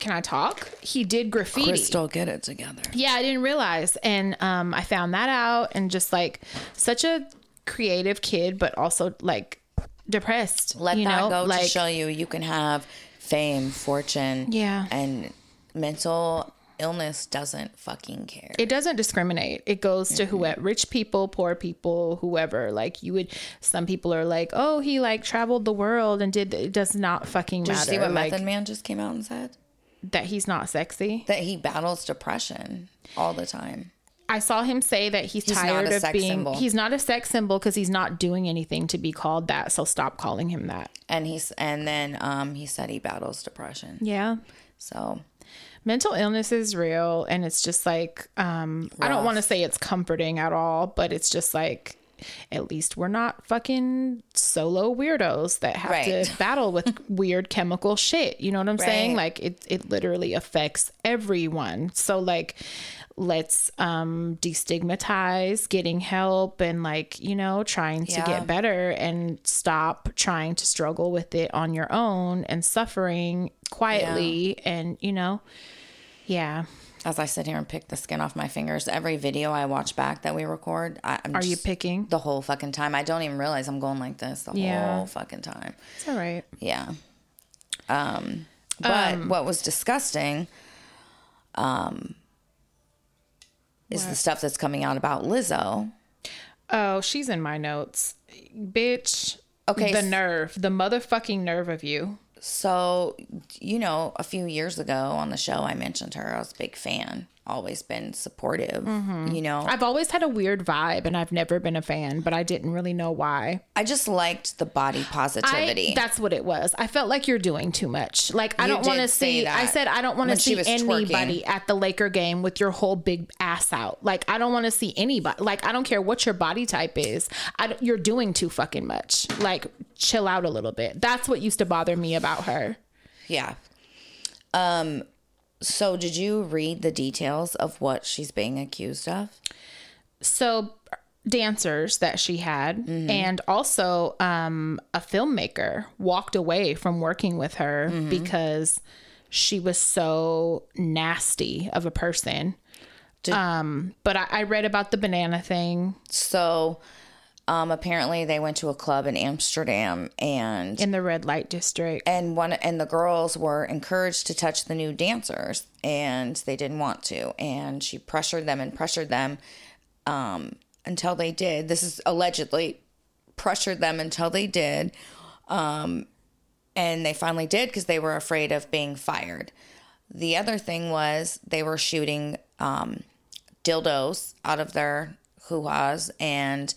S1: can I talk? He did graffiti.
S2: Crystal, get it together.
S1: Yeah, I didn't realize, and um, I found that out, and just like such a creative kid, but also like depressed.
S2: Let
S1: you
S2: that
S1: know?
S2: go
S1: like,
S2: to show you you can have fame, fortune,
S1: Yeah.
S2: and mental illness doesn't fucking care.
S1: it doesn't discriminate. It goes to
S2: Mm-hmm.
S1: whoever, rich people, poor people, whoever. Like you would, some people are like, oh, he like traveled the world and did. It does not fucking
S2: Did you
S1: matter.
S2: see what
S1: like
S2: Method Man just came out and said?
S1: that he's not sexy.
S2: That he battles depression all the time.
S1: I saw him say that he's,
S2: not
S1: tired
S2: a
S1: of
S2: sex
S1: being.
S2: symbol.
S1: He's not a sex symbol because he's not doing anything to be called that. So stop calling him that.
S2: And he's and then um he said he battles depression.
S1: Yeah.
S2: So
S1: mental illness is real and it's just like um i don't
S2: Rough.
S1: want to say it's comforting at all but it's just like at least we're not fucking solo weirdos that have to
S2: Right.
S1: battle with weird chemical shit you know what i'm saying
S2: Right.
S1: like it it literally affects everyone so like let's um destigmatize getting help and like you know trying to
S2: Yeah.
S1: get better and stop trying to struggle with it on your own and suffering quietly and you know yeah
S2: as I sit here and pick the skin off my fingers, every video I watch back that we record, I, I'm
S1: are you
S2: just-
S1: picking
S2: the whole fucking time. I don't even realize I'm going like this the
S1: Yeah.
S2: whole fucking time.
S1: it's all right
S2: Yeah. Um, but
S1: Um,
S2: what was disgusting um, is the stuff that's coming out about Lizzo.
S1: oh she's in my notes bitch
S2: Okay,
S1: the
S2: s-
S1: nerve the motherfucking nerve of you
S2: So, you know, a few years ago on the show, I mentioned her. I was a big fan, always been supportive,
S1: Mm-hmm.
S2: you know.
S1: i've always had a weird vibe and i've never been a fan but i didn't really know why
S2: I just liked the body positivity.
S1: I, that's what it was. I felt like you're doing too much. Like I
S2: You
S1: don't want to
S2: did say
S1: see. I
S2: that
S1: said I don't want to
S2: when she
S1: see
S2: was
S1: anybody
S2: twerking.
S1: at the Laker game with your whole big ass out. Like I don't want to see anybody. Like I don't care what your body type is. I, don't- you're doing too fucking much. Like chill out a little bit. That's what used to bother me about her.
S2: yeah. Um, so, did you read the details of what she's being accused of?
S1: so dancers that she had
S2: Mm-hmm.
S1: and also um a filmmaker walked away from working with her
S2: Mm-hmm.
S1: because she was so nasty of a person um but I, I read about the banana thing
S2: So um, apparently they went to a club in Amsterdam and
S1: in the red light district
S2: and one and the girls were encouraged to touch the new dancers and they didn't want to and she pressured them and pressured them um, until they did. This is allegedly pressured them until they did. Um, and they finally did because they were afraid of being fired. The other thing was they were shooting um, dildos out of their hoo-has and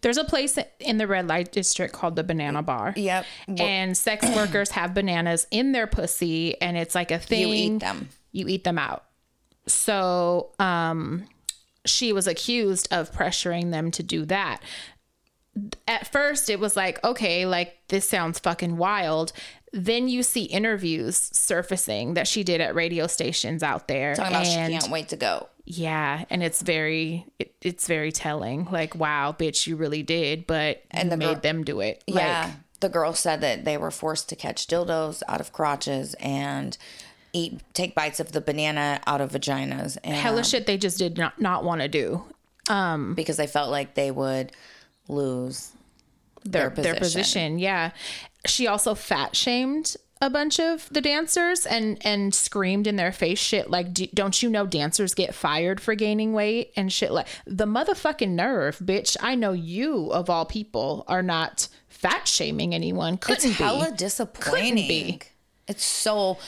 S1: there's a place in the red light district called the banana bar
S2: Yep.
S1: and sex workers have bananas in their pussy and it's like a thing
S2: You eat them.
S1: you eat them out. So um, she was accused of pressuring them to do that. At first, it was like, okay, like this sounds fucking wild. Then you see interviews surfacing that she did at radio stations out there,
S2: Talking about
S1: and
S2: she can't wait to go.
S1: yeah, and it's very, it, it's very telling. Like, wow, bitch, you really did, but and you
S2: the
S1: made
S2: girl-
S1: them do it.
S2: yeah. The girl said that they were forced to catch dildos out of crotches and eat take bites of the banana out of vaginas and
S1: like, hella shit they just did not not want to do.
S2: because they felt like they would lose
S1: their,
S2: their
S1: their
S2: position.
S1: position. Yeah. She also fat shamed a bunch of the dancers and and screamed in their face shit like D- don't you know dancers get fired for gaining weight and shit like the motherfucking nerve bitch i know you of all people are not fat shaming anyone couldn't
S2: it's hella
S1: be
S2: disappointing. It's so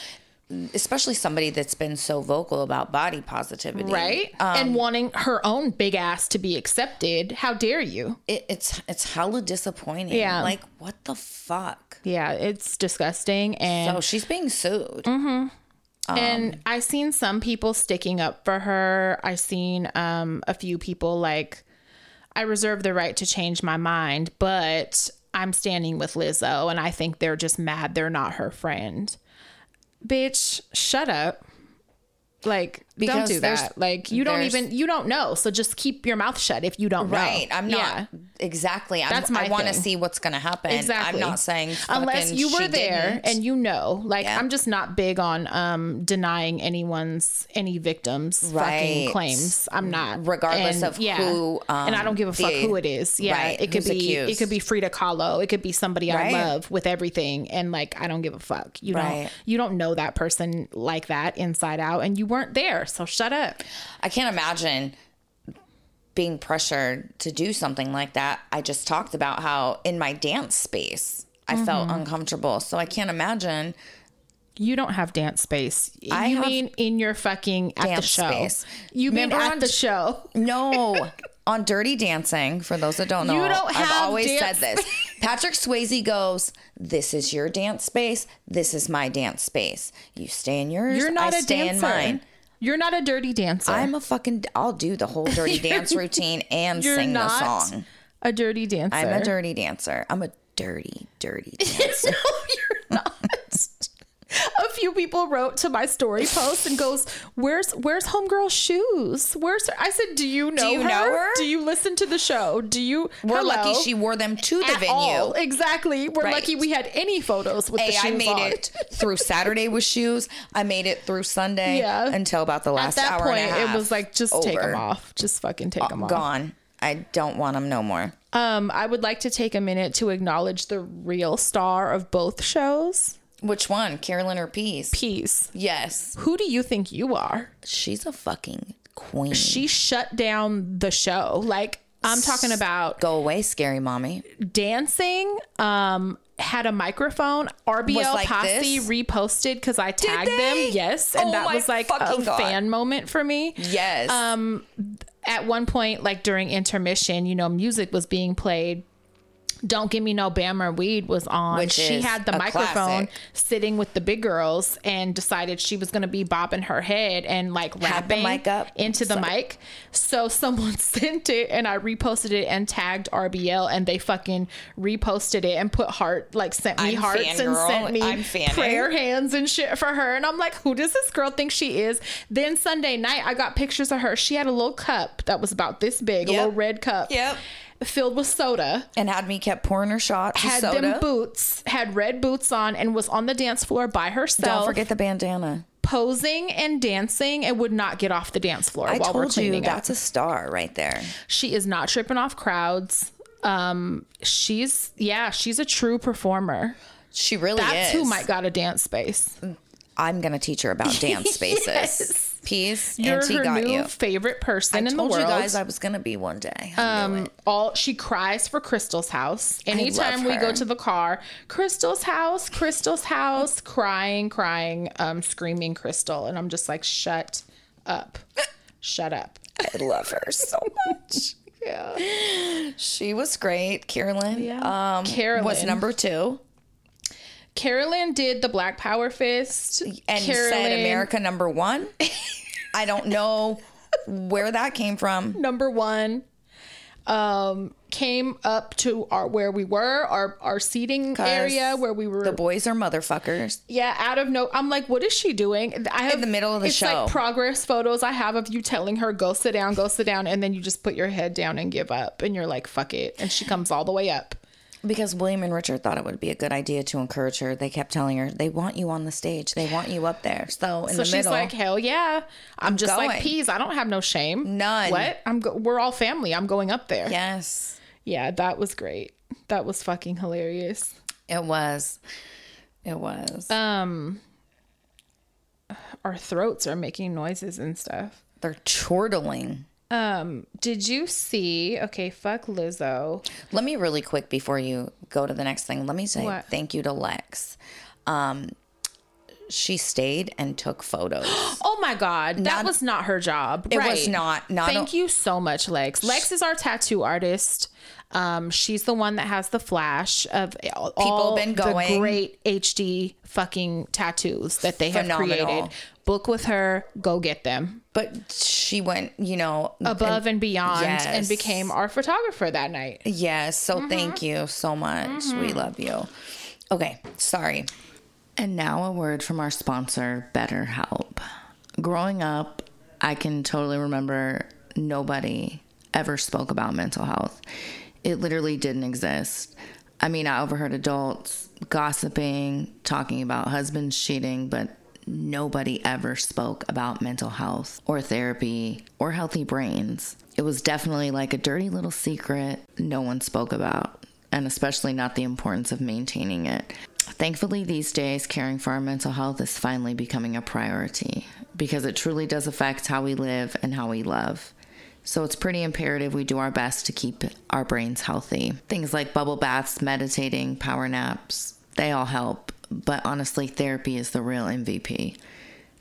S2: especially somebody that's been so vocal about body positivity.
S1: right
S2: Um,
S1: and wanting her own big ass to be accepted how dare you
S2: It, it's it's hella disappointing.
S1: Yeah.
S2: Like what the fuck?
S1: yeah it's disgusting and
S2: So she's being sued. Um,
S1: and I seen some people sticking up for her. I seen um a few people like I reserve the right to change my mind, but I'm standing with Lizzo and I think they're just mad they're not her friend. bitch, shut up. Like, don't
S2: Because
S1: do
S2: there's-
S1: that. Like, you don't
S2: there's-
S1: even, you don't know. So just keep your mouth shut if you don't know.
S2: Right. I'm not
S1: Yeah.
S2: exactly. I'm,
S1: That's my
S2: I want to
S1: thing.
S2: see what's going to happen.
S1: Exactly.
S2: I'm not saying
S1: unless
S2: fucking
S1: you were
S2: she
S1: there
S2: didn't.
S1: and you know. Like
S2: Yeah.
S1: I'm just not big on um denying anyone's any victims fucking
S2: Right.
S1: claims. I'm not
S2: Regardless of who,
S1: and I
S2: um,
S1: don't give a fuck
S2: the-
S1: who it is. Yeah,
S2: right,
S1: it could
S2: who's
S1: be it
S2: accused.
S1: could be Frida Kahlo. It could be somebody
S2: Right.
S1: I love with everything, and like I don't give a fuck. You
S2: Right.
S1: don't you don't know that person like that inside out, and you weren't there, so shut up.
S2: I can't imagine being pressured to do something like that. I just talked about how in my dance space, I felt
S1: Mm-hmm.
S2: uncomfortable. So I can't imagine
S1: You don't have dance space.
S2: I
S1: you
S2: have
S1: mean in your fucking at the
S2: dance
S1: show.
S2: space.
S1: You mean
S2: Remember
S1: at
S2: on-
S1: the show.
S2: No. On Dirty Dancing, for those that don't know,
S1: don't have
S2: I've always
S1: dance
S2: said this. Patrick Swayze goes, This is your dance space. This is my dance space. You stay in yours.
S1: You're not
S2: I
S1: a
S2: stay
S1: dancer.
S2: in mine.
S1: You're not a dirty dancer.
S2: I'm a fucking, I'll do the whole dirty dance routine and
S1: You're
S2: sing the
S1: not
S2: song.
S1: a dirty dancer.
S2: I'm a dirty dancer. I'm a dirty, dirty dancer.
S1: no, you're not. a few people wrote to my story post and goes, "Where's where's homegirl's shoes? Where's her? I said, "Do you know
S2: you
S1: her?
S2: know her?
S1: Do you listen to the show? Do you
S2: We're
S1: Hello?
S2: lucky she wore them to the
S1: At
S2: venue.
S1: all. Exactly. We're
S2: Right.
S1: lucky we had any photos with the
S2: Hey,
S1: shoes
S2: I made
S1: on.
S2: it through Saturday with shoes. I made it through Sunday
S1: Yeah.
S2: until about the
S1: At
S2: last
S1: that
S2: hour
S1: point,
S2: and a half.
S1: it was like just take
S2: Over. Oh,
S1: them off. Just fucking take them off.
S2: gone. I don't want them no more.
S1: Um, I would like to take a minute to acknowledge the real star of both shows,
S2: Which one, Carolyn or Peace?
S1: Peace.
S2: yes,
S1: Who do you think you are?
S2: she's a fucking queen.
S1: She shut down the show. Like I'm talking about
S2: Go away, scary mommy.
S1: dancing. Um, had a microphone. RBL
S2: Was like
S1: Posse
S2: this?
S1: reposted because I tagged
S2: they?
S1: them. Yes, and
S2: Oh
S1: that
S2: my
S1: was like a
S2: fucking God.
S1: fan moment for me.
S2: Yes,
S1: At one point, like during intermission, you know, music was being played. Don't give me no bammer weed was on.
S2: Which
S1: she
S2: is
S1: had the
S2: a
S1: microphone
S2: classic.
S1: sitting with the big girls and decided she was going to be bobbing her head and like
S2: Had the
S1: rapping
S2: mic up.
S1: into the mic. So someone sent it and I reposted it and tagged RBL and they fucking reposted it and put heart like sent me
S2: I'm
S1: hearts and
S2: fangirl.
S1: sent me
S2: I'm fanning.
S1: prayer hands and shit for her. And I'm like, who does this girl think she is? Then Sunday night I got pictures of her. She had a little cup that was about this big, a
S2: Yep.
S1: little red cup
S2: Yep.
S1: filled with soda
S2: and had me kept pouring her shots of
S1: had
S2: soda.
S1: them boots, had red boots on, and was on the dance floor by herself,
S2: Don't forget the bandana.
S1: posing and dancing, and would not get off the dance floor
S2: I
S1: while we're
S2: told you
S1: cleaning up.
S2: that's a star right there.
S1: She is not tripping off crowds. Um, she's yeah, she's a true performer.
S2: She really
S1: That's
S2: is.
S1: who Mike got a dance space.
S2: I'm gonna teach her about dance spaces. Peace.
S1: You're
S2: Auntie
S1: her
S2: got
S1: new
S2: you.
S1: favorite person
S2: I
S1: in
S2: told
S1: the
S2: you
S1: world. Uh,
S2: guys I was gonna be one day. I knew it.
S1: Um, all she cries for Crystal's house. Anytime we
S2: her.
S1: go to the car, Crystal's house, Crystal's house, crying, crying, um, screaming Crystal. And I'm just like, shut up. Shut up.
S2: I love her so much.
S1: Yeah.
S2: She was great. Carolyn,
S1: Yeah.
S2: um, was
S1: Carolyn.
S2: number two
S1: Carolyn did the Black Power Fist.
S2: and said America number one. I don't know where that came from.
S1: number one. Um, came up to our where we were, our our seating
S2: 'Cause
S1: area where we were
S2: The boys are motherfuckers.
S1: Yeah, out of no, I'm like, what is she doing? I have
S2: the middle of the
S1: it's
S2: show.
S1: like progress photos I have of you telling her go sit down, go sit down, and then you just put your head down and give up, and you're like, fuck it, and she comes all the way up.
S2: Because William and Richard thought it would be a good idea to encourage her. They kept telling her they want you on the stage. They want you up there. So in
S1: So
S2: the
S1: she's
S2: middle,
S1: like, hell yeah, I'm, just
S2: going.
S1: like peas. I don't have no shame.
S2: None.
S1: What? I'm go- we're all family. I'm going up there. Yeah.
S2: yes,
S1: that was great. That was fucking hilarious.
S2: it was, it was.
S1: Our throats are making noises and stuff.
S2: They're chortling.
S1: Did you see? Okay, fuck Lizzo.
S2: Let me really quick before you go to the next thing. Let me say
S1: What?
S2: thank you to Lex. Um, she stayed and took photos.
S1: Oh my God, that was not her job.
S2: It was not. Not
S1: Thank you so much, Lex. Lex is our tattoo artist. Um, she's the one that has the flash of all all
S2: been
S1: the
S2: going.
S1: great HD fucking tattoos that they
S2: Phenomenal.
S1: have created. Book with her, go get them
S2: but she went. You know.
S1: above and, beyond, and
S2: Yes.
S1: became our photographer that night. Mm-hmm.
S2: yes. So thank you so much. We love you. Okay. Sorry. And now a word from our sponsor, BetterHelp. Growing up, I can totally remember nobody ever spoke about mental health. It literally didn't exist. I mean, I overheard adults gossiping, talking about husbands cheating, but nobody ever spoke about mental health or therapy or healthy brains. It was definitely like a dirty little secret no one spoke about, and especially not the importance of maintaining it. Thankfully, these days, caring for our mental health is finally becoming a priority because it truly does affect how we live and how we love. So, it's pretty imperative we do our best to keep our brains healthy. Things like bubble baths, meditating, power naps, they all help. But honestly, therapy is the real MVP.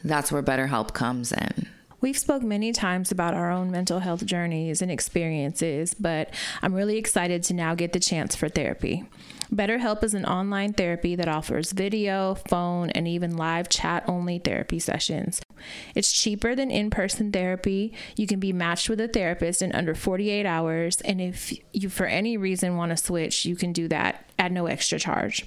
S2: That's where BetterHelp comes in.
S1: We've spoke many times about our own mental health journeys and experiences, but I'm really excited to now get the chance for therapy. BetterHelp is an online therapy that offers video, phone, and even live chat only therapy sessions. It's cheaper than in person therapy. You can be matched with a therapist in under 48 hours. And if you, for any reason, want to switch, you can do that at no extra charge.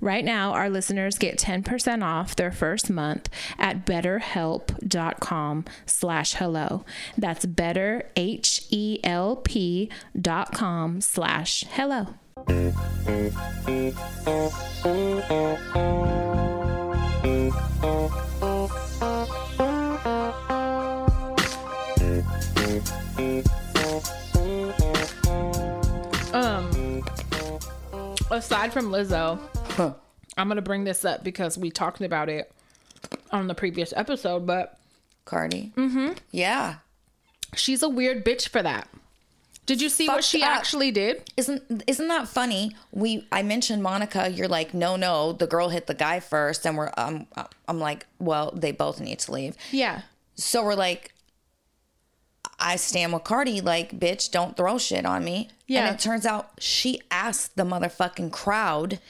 S1: Right now, our listeners get 10% off their first month at betterhelp.com slash hello. That's better, H E L P dot com slash hello.
S3: Um, aside from Lizzo, I'm gonna bring this up because we talked about it on the previous episode, but
S2: Cardi. Mm-hmm. Yeah.
S3: she's a weird bitch for that. Did you see what
S2: Fucked
S3: she
S2: up.
S3: actually did?
S2: Isn't isn't that funny? We I mentioned Monica. You're like, no, no, the girl hit the guy first, and we're um, I'm like, well, they both need to leave.
S3: Yeah.
S2: So we're like, I stand with Cardi, like, bitch, don't throw shit on me.
S3: Yeah.
S2: And it turns out she asked the motherfucking crowd,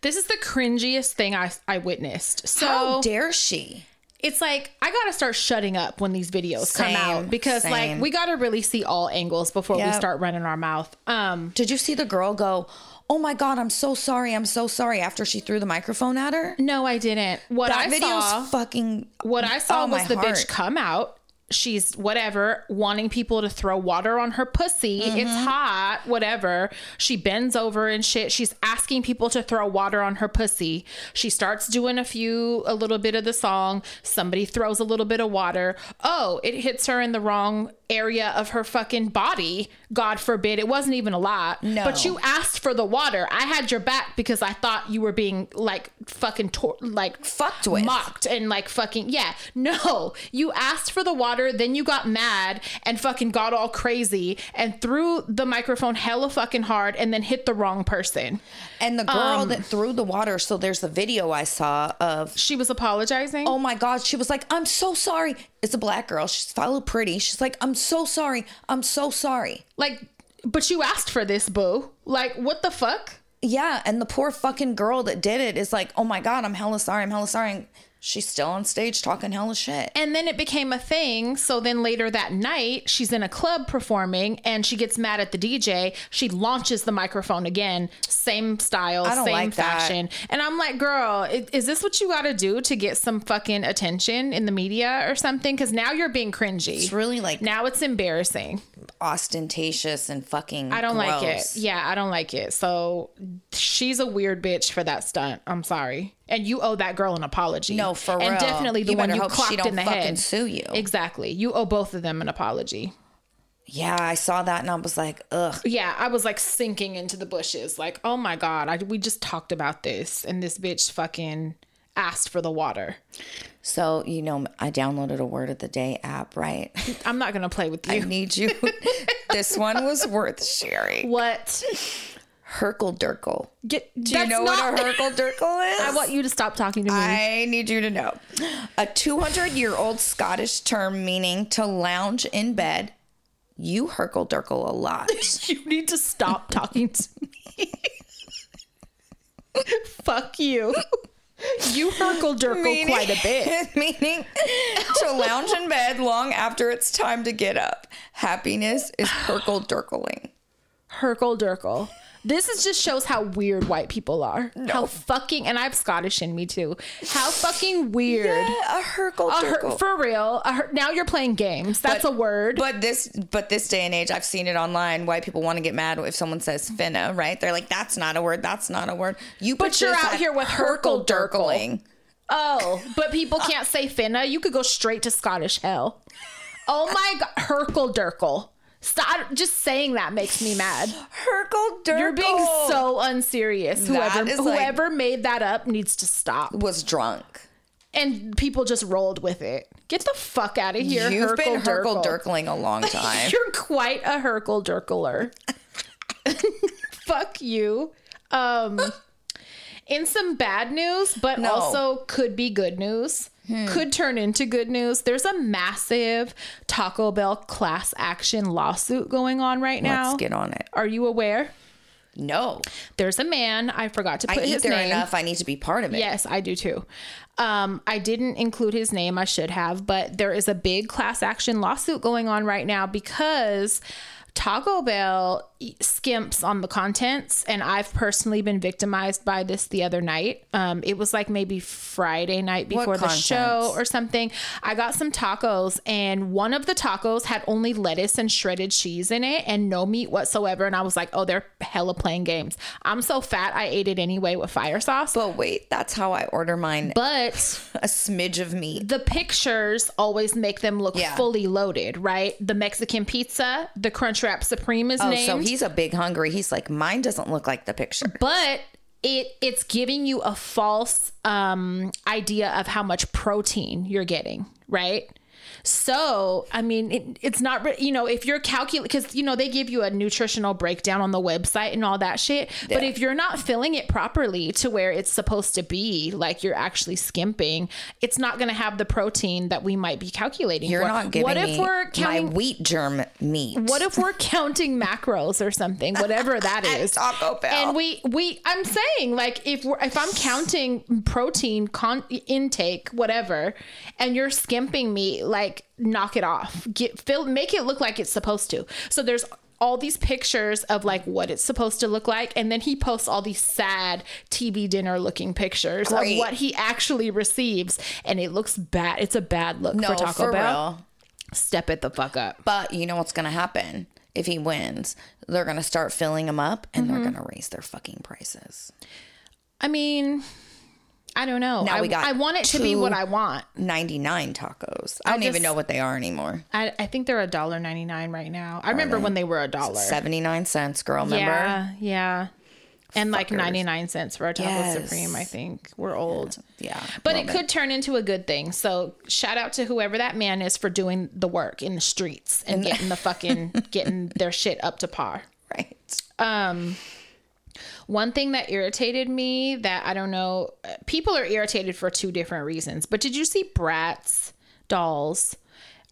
S3: This is the cringiest thing I I witnessed. So
S2: how dare she?
S3: it's like I gotta start shutting up when these videos
S2: Same,
S3: come out because like
S2: same.
S3: we gotta really see all angles before we
S2: Yep.
S3: start running our mouth. Um,
S2: Did you see the girl go, oh my God, I'm so sorry, I'm so sorry, after she threw the microphone at her?
S3: no, I didn't. What
S2: That
S3: I
S2: video's
S3: saw,
S2: fucking.
S3: what I saw
S2: Oh, my
S3: was the bitch
S2: heart.
S3: come out. She's whatever, wanting people to throw water on her pussy. It's
S2: Mm-hmm.
S3: hot, whatever. She bends over and shit. She's asking people to throw water on her pussy. She starts doing a few, a little bit of the song. Somebody throws a little bit of water. Oh, it hits her in the wrong area of her fucking body. God forbid. It wasn't even a lot.
S2: No.
S3: But you asked for the water. I had your back because I thought you were being like fucking, tor- like
S2: Fucked with.
S3: mocked and like fucking yeah no you asked for the water then you got mad and fucking got all crazy and threw the microphone hella fucking hard and then hit the wrong person
S2: And the girl
S3: Um.
S2: that threw the water, so there's a video I saw of
S3: she was apologizing
S2: oh my god she was like i'm so sorry it's a black girl she's hella pretty she's like i'm so sorry i'm so sorry
S3: like but you asked for this boo like what the fuck
S2: yeah and the poor fucking girl that did it is like oh my god i'm hella sorry i'm hella sorry and she's still on stage talking hella shit
S3: and then it became a thing. So then later that night, she's in a club performing and she gets mad at the DJ. She launches the microphone again, same style,
S2: I don't
S3: same
S2: like that.
S3: fashion. And I'm like, girl, i- is this what you got to do to get some fucking attention in the media or something? Because now you're being cringy.
S2: it's really like
S3: now it's embarrassing.
S2: ostentatious and fucking
S3: I don't like it.
S2: gross.
S3: Yeah, I don't like it. So she's a weird bitch for that stunt. I'm sorry. And you owe that girl an apology.
S2: no for
S3: and
S2: real
S3: definitely the
S2: you
S3: one
S2: better
S3: you
S2: hope
S3: clocked
S2: she don't
S3: in the
S2: fucking
S3: head.
S2: sue you
S3: Exactly. You owe both of them an apology.
S2: yeah i saw that and i was like ugh
S3: Yeah, I was like sinking into the bushes. Like, oh my God, I, we just talked about this and this bitch fucking asked for the water.
S2: so you know i downloaded a word of the day app right
S3: I'm not going to play with
S2: i
S3: you.
S2: need you this one was worth sharing
S3: what?
S2: Herkel Durkle.
S3: Get,
S2: Do you know what a Herkel Durkle is?
S3: I want you to stop talking to me.
S2: I need you to know. A 200 year old Scottish term meaning to lounge in bed. You Herkel Durkle a lot.
S3: you need to stop talking to me. Fuck you. You herkle durkle quite a bit.
S2: meaning to lounge in bed long after it's time to get up. Happiness is Herkel Durkling.
S3: Herkle durkle. This is just shows how weird white people are. How fucking and I have Scottish in me too. How fucking weird.
S2: a herkel
S3: A her-
S2: jerkel.
S3: for real. A her- now you're playing games. That's
S2: But-
S3: a word.
S2: But this, but this day and age, I've seen it online. White people want to get mad if someone says finna, right? They're like, "That's not a word. That's not a word." You,
S3: But
S2: put
S3: you're
S2: this
S3: out
S2: at
S3: here with herkel
S2: herkel-derkling.
S3: Oh, but people can't say finna. You could go straight to Scottish hell. Oh my god, herkel derkel. Stop just saying that makes me mad.
S2: Herkel derkle.
S3: You're being so unserious. Whoever
S2: That is like-
S3: whoever made that up needs to stop.
S2: was drunk.
S3: And people just rolled with it. Get the fuck out of here.
S2: You've been herkel
S3: herkel-derkel.
S2: derkling a long time.
S3: You're quite a herkel derkler. Fuck you. Um in some bad news, but
S2: No. Hmm.
S3: also could be good news. Could turn into good news. There's a massive Taco Bell class action lawsuit going on right now.
S2: Let's get on it.
S3: Are you aware?
S2: No,
S3: There's a man, I forgot to put
S2: I eat
S3: his
S2: there
S3: name.
S2: enough. I need to be part of it.
S3: Yes, I do too. Um, I didn't include his name. I should have, but there is a big class action lawsuit going on right now because Taco Bell e- skimps on the contents, and I've personally been victimized by this the other night. Um, it was like maybe Friday night before the
S2: contents?
S3: show or something. I got some tacos, and one of the tacos had only lettuce and shredded cheese in it, and no meat whatsoever. And I was like, "Oh, they're hella playing games." I'm so fat, I ate it anyway with fire sauce.
S2: But Oh, wait, that's how I order mine.
S3: But
S2: a smidge of meat.
S3: the pictures always make them look
S2: Yeah.
S3: fully loaded, right? The Mexican pizza, the Crunchwrap Supreme is
S2: Oh,
S3: named,
S2: so he's a big hungry. He's like, mine doesn't look like the picture.
S3: but it it's giving you a false um, idea of how much protein you're getting, right? So, I mean, it, it's not, re- you know, if you're calculating, because, you know, they give you a nutritional breakdown on the website and all that shit. But if you're not filling it properly to where it's supposed to be, like you're actually skimping, it's not going to have the protein that we might be calculating.
S2: You're
S3: for.
S2: not giving
S3: What if
S2: me
S3: we're
S2: my
S3: counting?
S2: wheat germ meat.
S3: What if we're counting macros or something, whatever that is?
S2: Taco Bell.
S3: And we we I'm saying like if we're if I'm counting protein con- intake whatever, and you're skimping me, like knock it off. Get fill make it look like it's supposed to. So there's all these pictures of like what it's supposed to look like and then he posts all these sad TV dinner looking pictures
S2: Great.
S3: of what he actually receives and it looks bad it's a bad look
S2: no,
S3: for Taco
S2: for
S3: Bell
S2: real.
S3: step it the fuck up
S2: But you know what's going to happen if he wins? They're going to start filling him up and
S3: Mm-hmm.
S2: they're going to raise their fucking prices.
S3: I mean, I don't know.
S2: Now
S3: I,
S2: we got
S3: I want it to be
S2: two-
S3: what I want.
S2: 99 tacos. I don't even
S3: just-
S2: know what they are anymore.
S3: I, I think they're a dollar ninety nine right now. I remember when they were a dollar.
S2: 79 cents, girl, remember?
S3: Yeah, yeah. And like ninety nine cents for a taco
S2: Yes.
S3: supreme. I think we're old.
S2: Yeah, a
S3: but
S2: little
S3: it could turn into a good thing. So shout out to whoever that man is for doing the work in the streets and getting the fucking getting their shit up to par.
S2: Right.
S3: One thing that irritated me that I don't know, uh, people are irritated for two different reasons. But did you see Bratz dolls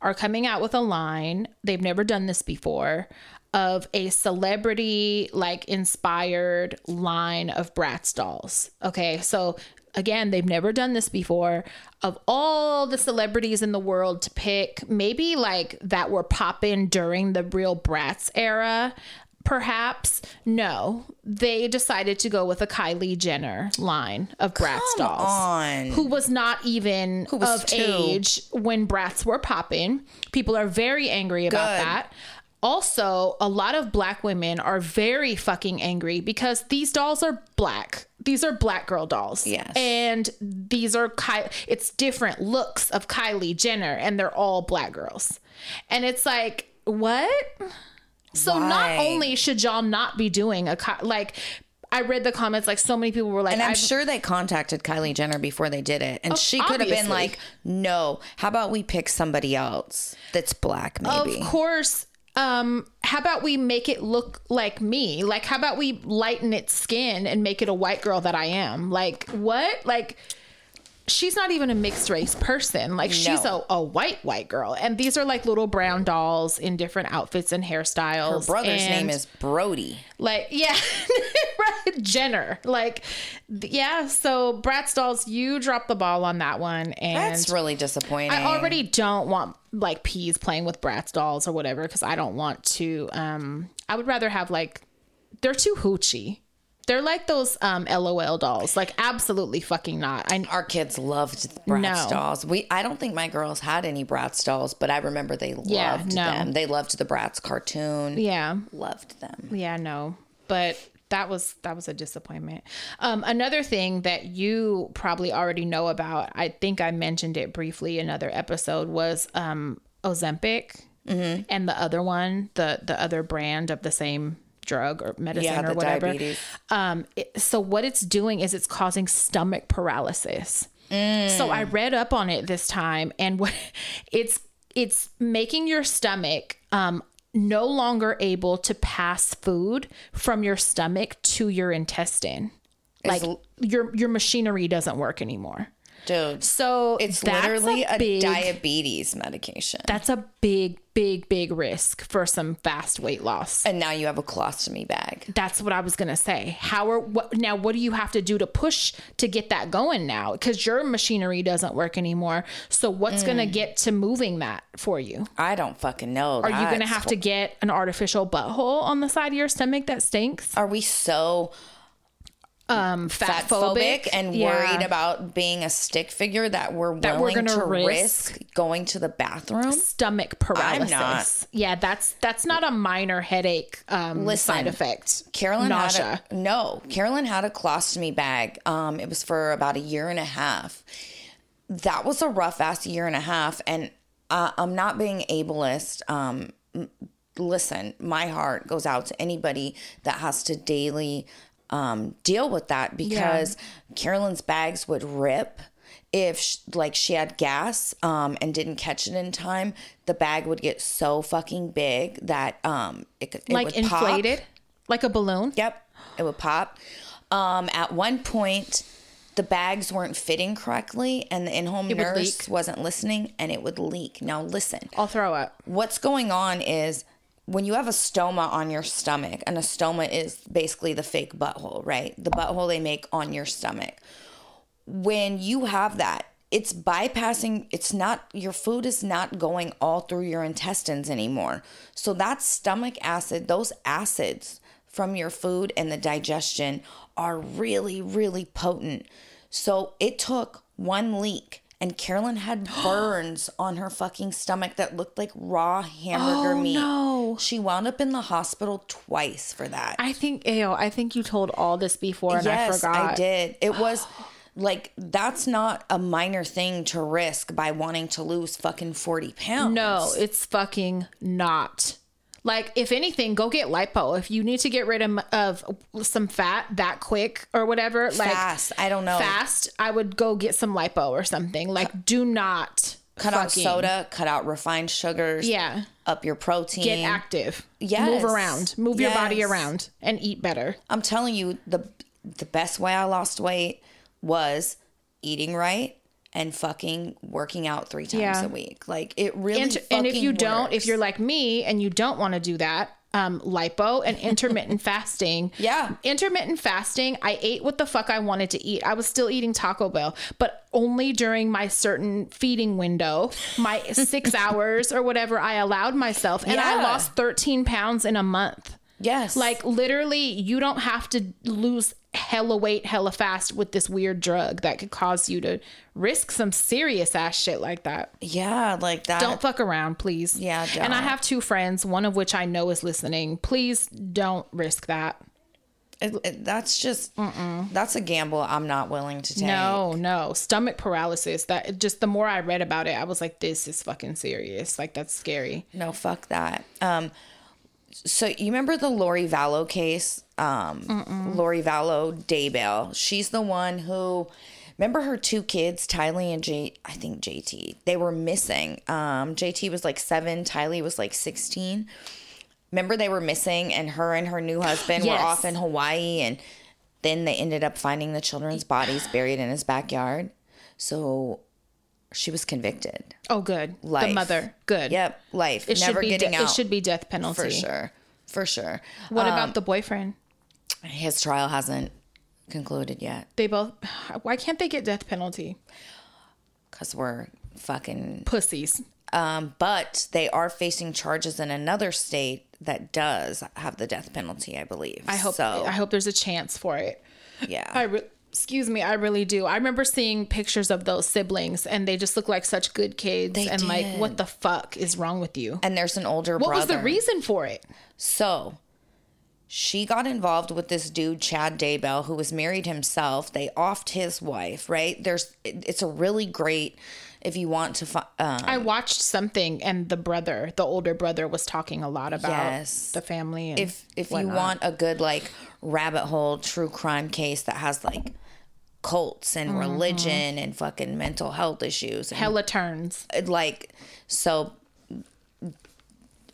S3: are coming out with a line? They've never done this before of a celebrity like inspired line of Bratz dolls. Okay, so again, they've never done this before. Of all the celebrities in the world to pick, maybe like that were poppin' during the real Bratz era, perhaps no they decided to go with a kylie jenner line of bratz dolls
S2: on.
S3: who was not even
S2: was
S3: of
S2: two.
S3: age when brats were popping people are very angry about
S2: Good.
S3: that also a lot of black women are very fucking angry because these dolls are black these are black girl dolls
S2: Yes.
S3: and these are Ky- it's different looks of kylie jenner and they're all black girls and it's like what so not
S2: Why?
S3: only should y'all not be doing a co- like I read the comments like so many people were like
S2: And I'm
S3: I've-
S2: sure they contacted Kylie Jenner before they did it. And she could have
S3: obviously.
S2: been like, no, how about we pick somebody else that's black, maybe?
S3: of course um how about we make it look like me like how about we lighten its skin and make it a white girl that I am like what like she's not even a mixed race person like she's a,
S2: No.
S3: a white white girl and these are like little brown dolls in different outfits and hairstyles
S2: Her brother's
S3: and-
S2: name is Brody.
S3: like yeah right, jenner like th- yeah so bratz dolls you drop the ball on that one and
S2: That's really disappointing.
S3: i already don't want like peas playing with bratz dolls or whatever because i don't want to um i would rather have like they're too hoochie. They're like those um, LOL dolls. Like absolutely fucking not. I
S2: Our kids loved Bratz
S3: No.
S2: dolls. We I don't think my girls had any Bratz dolls, but I remember they
S3: Yeah,
S2: loved
S3: no.
S2: them. They loved the Bratz cartoon.
S3: yeah.
S2: Loved them.
S3: Yeah, no. But that was that was a disappointment. Um, another thing that you probably already know about, I think I mentioned it briefly in another episode, was um, Ozempic
S2: Mm-hmm.
S3: and the other one, the the other brand of the same drug or medicine
S2: Yeah,
S3: or
S2: the
S3: whatever.
S2: diabetes.
S3: Um, it, so what it's doing is it's causing stomach paralysis. So
S2: Mm.
S3: I read up on it this time, and what it's it's making your stomach um, no longer able to pass food from your stomach to your intestine. Like your your machinery doesn't work anymore.
S2: Dude.
S3: So
S2: It's
S3: that's
S2: literally a,
S3: big,
S2: diabetes medication.
S3: That's a big, big, big risk for some fast weight loss.
S2: and now you have a colostomy bag.
S3: That's what I was gonna say. How are what now? What do you have to do to push to get that going now? Because your machinery doesn't work anymore. So what's gonna get to moving that for you?
S2: I don't fucking know.
S3: Are you gonna have to get an artificial butthole on the side of your stomach that stinks?
S2: Are we so
S3: Um,
S2: fat
S3: fat
S2: phobic and worried
S3: about
S2: about being a stick figure that we're
S3: That we're
S2: willing
S3: gonna
S2: to risk.
S3: risk.
S2: going to the bathroom?
S3: stomach paralysis.
S2: not.
S3: Yeah, that's that's not a minor headache um,
S2: Listen,
S3: side effect.
S2: Carolyn
S3: nausea.
S2: had a, no. Carolyn had a colostomy bag. Um, it was for about a year and a half. That was a rough ass year and a half, and uh, I'm not being ableist. Um, m- listen, my heart goes out to anybody that has to daily um, deal with that because Carolyn's bags would rip. If sh like she had gas um, and didn't catch it in time, the bag would get so fucking big that um, it, could- it
S3: like
S2: would pop.
S3: inflated, like a balloon.
S2: Yep, it would pop. Um, at one point, the bags weren't fitting correctly, and the in-home
S3: would
S2: nurse
S3: leak.
S2: wasn't listening, and it would leak. Now listen,
S3: I'll throw up.
S2: what's going on is when you have a stoma on your stomach, and a stoma is basically the fake butthole, right? The butthole they make on your stomach. When you have that, it's bypassing, it's not, your food is not going all through your intestines anymore. So that stomach acid, those acids from your food and the digestion are really, really potent. So it took one leak. And Carolyn had burns on her fucking stomach that looked like raw hamburger meat.
S3: no.
S2: She wound up in the hospital twice for that.
S3: I think, ew, I think you told all this before and I
S2: yes,
S3: forgot.
S2: I did. It was like that's not a minor thing to risk by wanting to lose fucking 40 pounds.
S3: No, it's fucking not. Like, if anything, go get lipo. If you need to get rid of, of some fat that quick or whatever, like
S2: Fast. I don't know.
S3: fast, I would go get some lipo or something. Like, do not
S2: Cut out
S3: fucking-
S2: soda, cut out refined sugars,
S3: Yeah.
S2: up your protein.
S3: Get active.
S2: Yes.
S3: Move around. Move your body
S2: Yes.
S3: around and eat better.
S2: I'm telling you, the the best way I lost weight was eating right and fucking working out three times
S3: Yeah.
S2: a week. Like it really.
S3: and, and if you
S2: fucking
S3: don't if
S2: works.
S3: you're like me and you don't want to do that um lipo and intermittent fasting
S2: Yeah.
S3: intermittent fasting i ate what the fuck i wanted to eat i was still eating taco bell but only during my certain feeding window my six hours or whatever i allowed myself and i
S2: Yeah.
S3: lost 13 pounds in a month
S2: yes,
S3: like literally you don't have to lose hella weight hella fast with this weird drug that could cause you to risk some serious ass shit like that
S2: yeah, like that.
S3: don't fuck around, please.
S2: Yeah,
S3: And I
S2: don't.
S3: have two friends, one of which I know is listening. Please don't risk that.
S2: It- it- that's just that's a gamble I'm not willing to take.
S3: No, no. Stomach paralysis. That just the more I read about it, I was like, this is fucking serious. Like that's scary.
S2: No, fuck that. Um, so you remember the Lori Vallow case? Um, Lori Vallow Daybell. She's the one who, remember her two kids, Tylee and J. I think JT. They were missing. Um, JT was like seven. Tylee was like sixteen. Remember they were missing, and her and her new husband
S3: Yes.
S2: were off in Hawaii, and then they ended up finding the children's bodies buried in his backyard. So she was convicted.
S3: Oh, good. The
S2: Life.
S3: mother. Good.
S2: Yep, life.
S3: It
S2: never
S3: should be
S2: getting
S3: de-
S2: out.
S3: It should be death penalty.
S2: For sure. Um, For sure.
S3: What about the boyfriend?
S2: His trial hasn't concluded yet
S3: They both why can't they get death penalty?
S2: because we're fucking
S3: Pussies.
S2: Um, but they are facing charges in another state that does have the death penalty, I believe.
S3: I hope
S2: so.
S3: I hope there's a chance for it.
S2: yeah.
S3: I re- excuse me, I really do. I remember seeing pictures of those siblings, and they just look like such good kids.
S2: They
S3: and like,
S2: did.
S3: what the fuck is wrong with you?
S2: and there's an older
S3: What
S2: brother.
S3: was the reason for it?
S2: So she got involved with this dude, Chad Daybell, who was married himself. They offed his wife, right? There's, it- it's a really great, if you want to find, uh,
S3: I watched something, and the brother, the older brother, was talking a lot about
S2: Yes.
S3: the family. And
S2: if, if you
S3: whatnot.
S2: want a good, like, rabbit hole true crime case that has, like, cults and
S3: Mm-hmm.
S2: religion and fucking mental health issues and
S3: hella turns,
S2: like so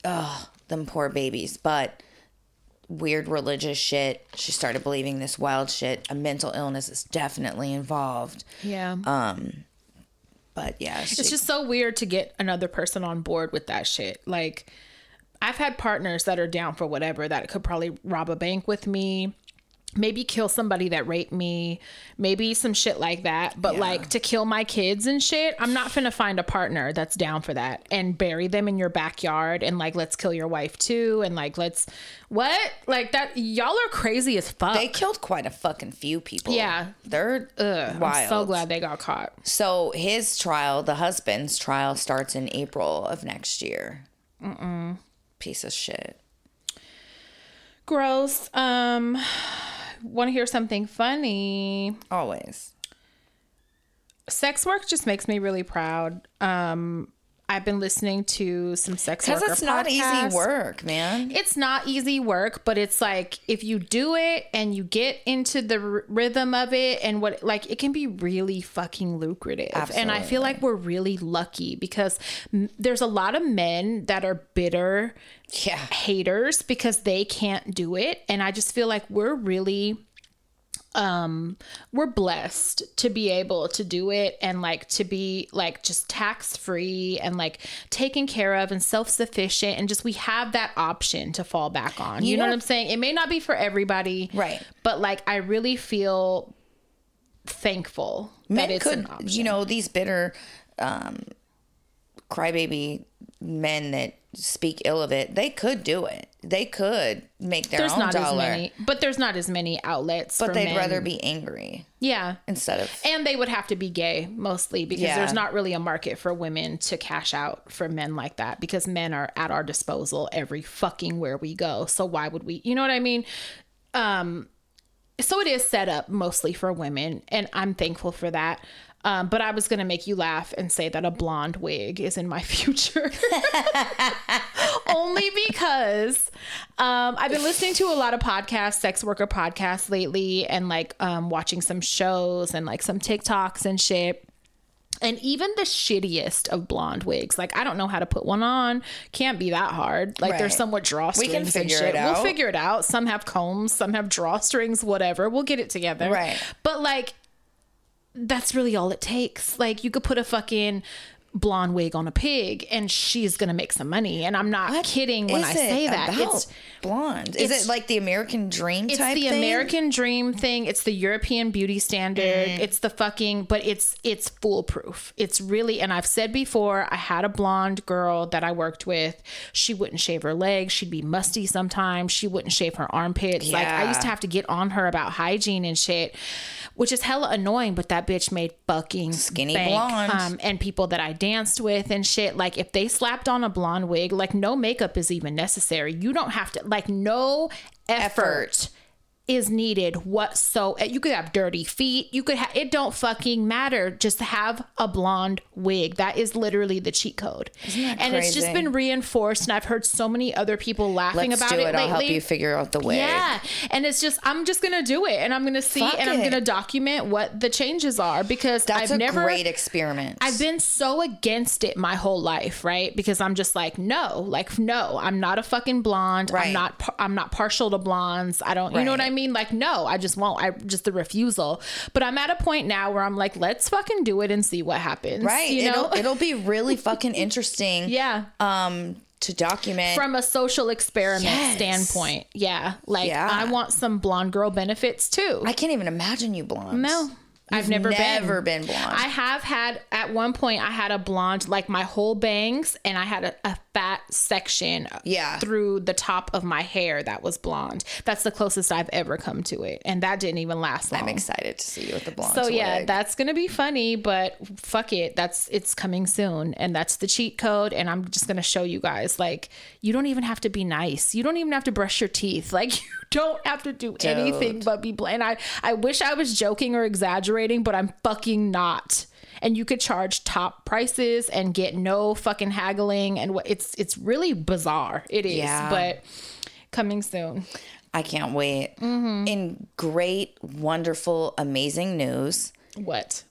S2: ugh, them poor babies but weird religious shit she started believing this wild shit a mental illness is definitely involved
S3: yeah.
S2: but yeah she-
S3: it's just so weird to get another person on board with that shit. Like, I've had partners that are down for whatever that could probably rob a bank with me, maybe kill somebody that raped me, maybe some shit like that. But like to kill my kids and shit, I'm not gonna find a partner that's down for that and bury them in your backyard and like let's kill your wife too and like let's what like that y'all are crazy as fuck.
S2: they killed quite a fucking few people
S3: Yeah.
S2: they're wild
S3: I'm so glad they got caught.
S2: So his trial the husband's trial starts in april of next year Mm-mm. piece of shit
S3: Gross. Um, want to hear something funny?
S2: always
S3: sex work just makes me really proud. Um, I've been listening to some sex
S2: because
S3: worker
S2: it's not
S3: podcasts.
S2: easy work man
S3: It's not easy work, but it's like if you do it and you get into the r- rhythm of it and what like it can be really fucking lucrative. And I feel like we're really lucky because m- there's a lot of men that are bitter
S2: yeah
S3: haters because they can't do it and i just feel like we're really um we're blessed to be able to do it and like to be like just tax free and like taken care of and self sufficient and just we have that option to fall back on you know what i'm saying it may not be for everybody
S2: Right.
S3: but like i really feel thankful
S2: men
S3: that it's
S2: could
S3: an option
S2: you know these bitter um crybaby men that speak ill of it they could do it they could make their
S3: there's
S2: own
S3: not as
S2: dollar
S3: many but there's not as many outlets
S2: but
S3: for
S2: they'd
S3: men.
S2: rather be angry
S3: yeah
S2: instead of
S3: And they would have to be gay mostly because
S2: Yeah.
S3: there's not really a market for women to cash out for men like that because men are at our disposal every fucking where we go. So why would we, you know what I mean? Um, so it is set up mostly for women, and I'm thankful for that. Um, but I was gonna make you laugh and say that a blonde wig is in my future, only because um, I've been listening to a lot of podcasts, sex worker podcasts lately, and like um, watching some shows and like some TikToks and shit. And even the shittiest of blonde wigs, like I don't know how to put one on. Can't be that hard. Like
S2: Right.
S3: there's somewhat drawstrings and
S2: figure
S3: shit.
S2: it out.
S3: We'll figure it out. Some have combs, some have drawstrings, whatever. We'll get it together.
S2: Right.
S3: But like that's really all it takes. Like you could put a fucking blonde wig on a pig and she's gonna make some money. And I'm not kidding when
S2: Is
S3: I
S2: it
S3: say that.
S2: about
S3: It's
S2: blonde is
S3: it's-
S2: it like the american dream
S3: it's
S2: type
S3: the
S2: thing?
S3: American dream thing. It's the European beauty standard.
S2: Mm.
S3: It's the fucking, but it's it's foolproof. It's really, and I've said before, I had a blonde girl that I worked with. She wouldn't shave her legs. She'd be musty sometimes. She wouldn't shave her armpits. Like I used to have to get on her about hygiene and shit, which is hella annoying. But that bitch made fucking
S2: Skinny
S3: bank.
S2: blonde.
S3: Um, and people that I danced with and shit. Like if they slapped on a blonde wig, like no makeup is even necessary. You don't have to like no effort, is needed whatsoever. You could have dirty feet. You could have it don't fucking matter. Just have a blonde wig. That is literally the cheat code. and it's just
S2: crazy?
S3: been reinforced and I've heard so many other people laughing
S2: let's
S3: about
S2: do
S3: it,
S2: it,
S3: lately.
S2: i'll help you figure out the way
S3: Yeah. And it's just, I'm just going to do it and I'm going to see
S2: Fuck
S3: and I'm
S2: it.
S3: going to document what the changes are because
S2: that's
S3: I've
S2: a
S3: never.
S2: great experiment
S3: I've been so against it my whole life, right? Because I'm just like, no, like no, I'm not a fucking blonde.
S2: Right.
S3: I'm not par- I'm not partial to blondes. I don't, you know what
S2: Right.
S3: I mean? Like no, I just won't. I just the refusal. But I'm at a point now where I'm like, let's fucking do it and see what happens.
S2: right
S3: You know?
S2: it'll, it'll be really fucking interesting
S3: yeah.
S2: um to document
S3: From a social experiment
S2: Yes.
S3: standpoint. Yeah. Like
S2: Yeah.
S3: I want some blonde girl benefits too.
S2: i can't even imagine you blonde
S3: no. I've never,
S2: never
S3: been.
S2: been blonde.
S3: I have had at one point I had a blonde like my whole bangs and I had a, a fat section
S2: Yeah.
S3: through the top of my hair that was blonde. That's the closest I've ever come to it. And that didn't even last long.
S2: I'm excited to see you with the blonde.
S3: So yeah,
S2: wig.
S3: that's gonna be funny, but fuck it. That's it's coming soon, and that's the cheat code. And I'm just gonna show you guys like you don't even have to be nice. You don't even have to brush your teeth. Like you don't have to do anything but be bland. I I wish I was joking or exaggerating, but I'm fucking not. And you could charge top prices and get no fucking haggling. And what it's it's really bizarre. It is,
S2: Yeah.
S3: but coming soon.
S2: I can't wait.
S3: Mm-hmm.
S2: In great, wonderful, amazing news,
S3: What?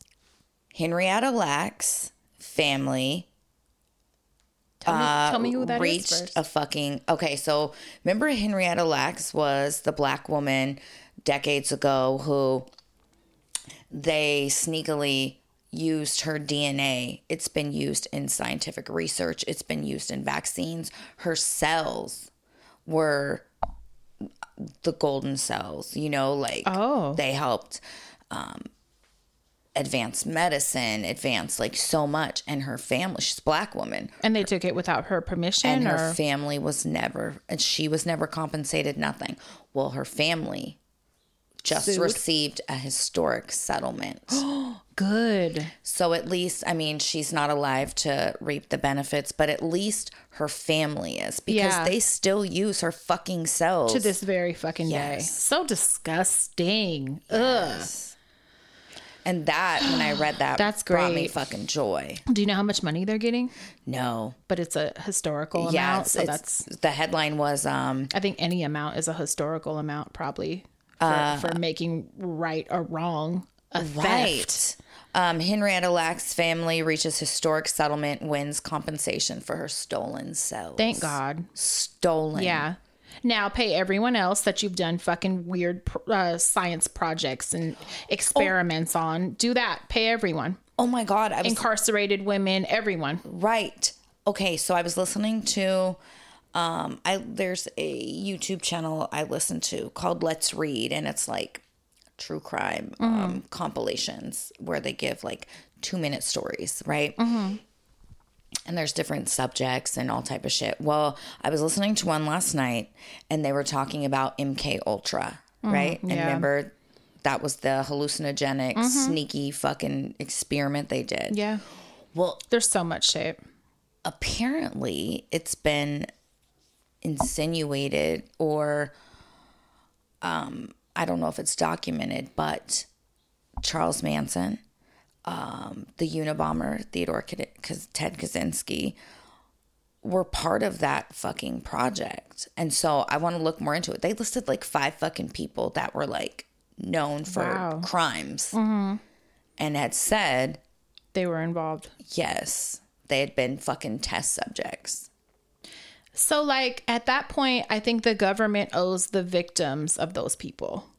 S2: Henrietta Lacks family
S3: Tell me,
S2: Uh,
S3: tell me who that is
S2: reached
S3: first.
S2: a fucking okay. So remember Henrietta Lacks was the black woman decades ago who they sneakily used her DNA. It's been used in scientific research. It's been used in vaccines. Her cells were the golden cells. You know, like
S3: Oh.
S2: they helped um, advance medicine, advance like so much. And her family, she's a black woman
S3: and they took it without her permission
S2: and
S3: or
S2: her family was never and she was never compensated nothing well her family just
S3: Sued?
S2: received a historic settlement
S3: Good.
S2: so at least i mean she's not alive to reap the benefits but at least her family is because
S3: Yeah.
S2: they still use her fucking cells
S3: To this very fucking day.
S2: Yes.
S3: So disgusting.
S2: and that when i read that
S3: That's
S2: brought me
S3: great.
S2: fucking joy
S3: Ugh. Do you know how much money they're getting?
S2: no
S3: But it's a historical
S2: yeah
S3: amount.
S2: it's,
S3: So
S2: it's-
S3: that's,
S2: the headline was um
S3: I think any amount is a historical amount probably for,
S2: Uh,
S3: for making right or wrong a theft.
S2: Right. Um, Henrietta Lacks family reaches historic settlement, wins compensation for her stolen cells.
S3: Thank God.
S2: Stolen.
S3: Yeah. Now pay everyone else that you've done fucking weird pr- uh, science projects and experiments on. Do that. Pay everyone.
S2: Oh my God. I was
S3: Incarcerated women, everyone.
S2: right. Okay. So I was listening to, um, I there's a YouTube channel I listen to called Let's Read, and it's like true crime um, compilations where they give like two minute stories, right? and there's different subjects and all type of shit. Well, I was listening to one last night and they were talking about MK Ultra, right? And
S3: yeah.
S2: remember that was the hallucinogenic sneaky fucking experiment they did.
S3: Yeah.
S2: Well,
S3: There's so much shit.
S2: apparently it's been insinuated or um I don't know if it's documented, but Charles Manson, um, the Unabomber, Theodore Kaz- Kaz- Ted Kaczynski were part of that fucking project. And so I want to look more into it. They listed like five fucking people that were like known for
S3: Wow.
S2: crimes and had said
S3: They were involved.
S2: yes, they had been fucking test subjects.
S3: So, like, at that point, I think the government owes the victims of those people.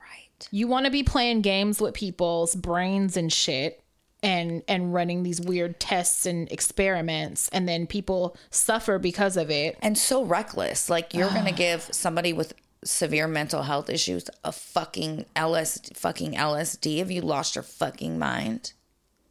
S2: Right.
S3: You want to be playing games with people's brains and shit and and running these weird tests and experiments and then people suffer because of it.
S2: And so reckless. Like you're gonna give somebody with severe mental health issues a fucking LS fucking LSD if you lost your fucking mind.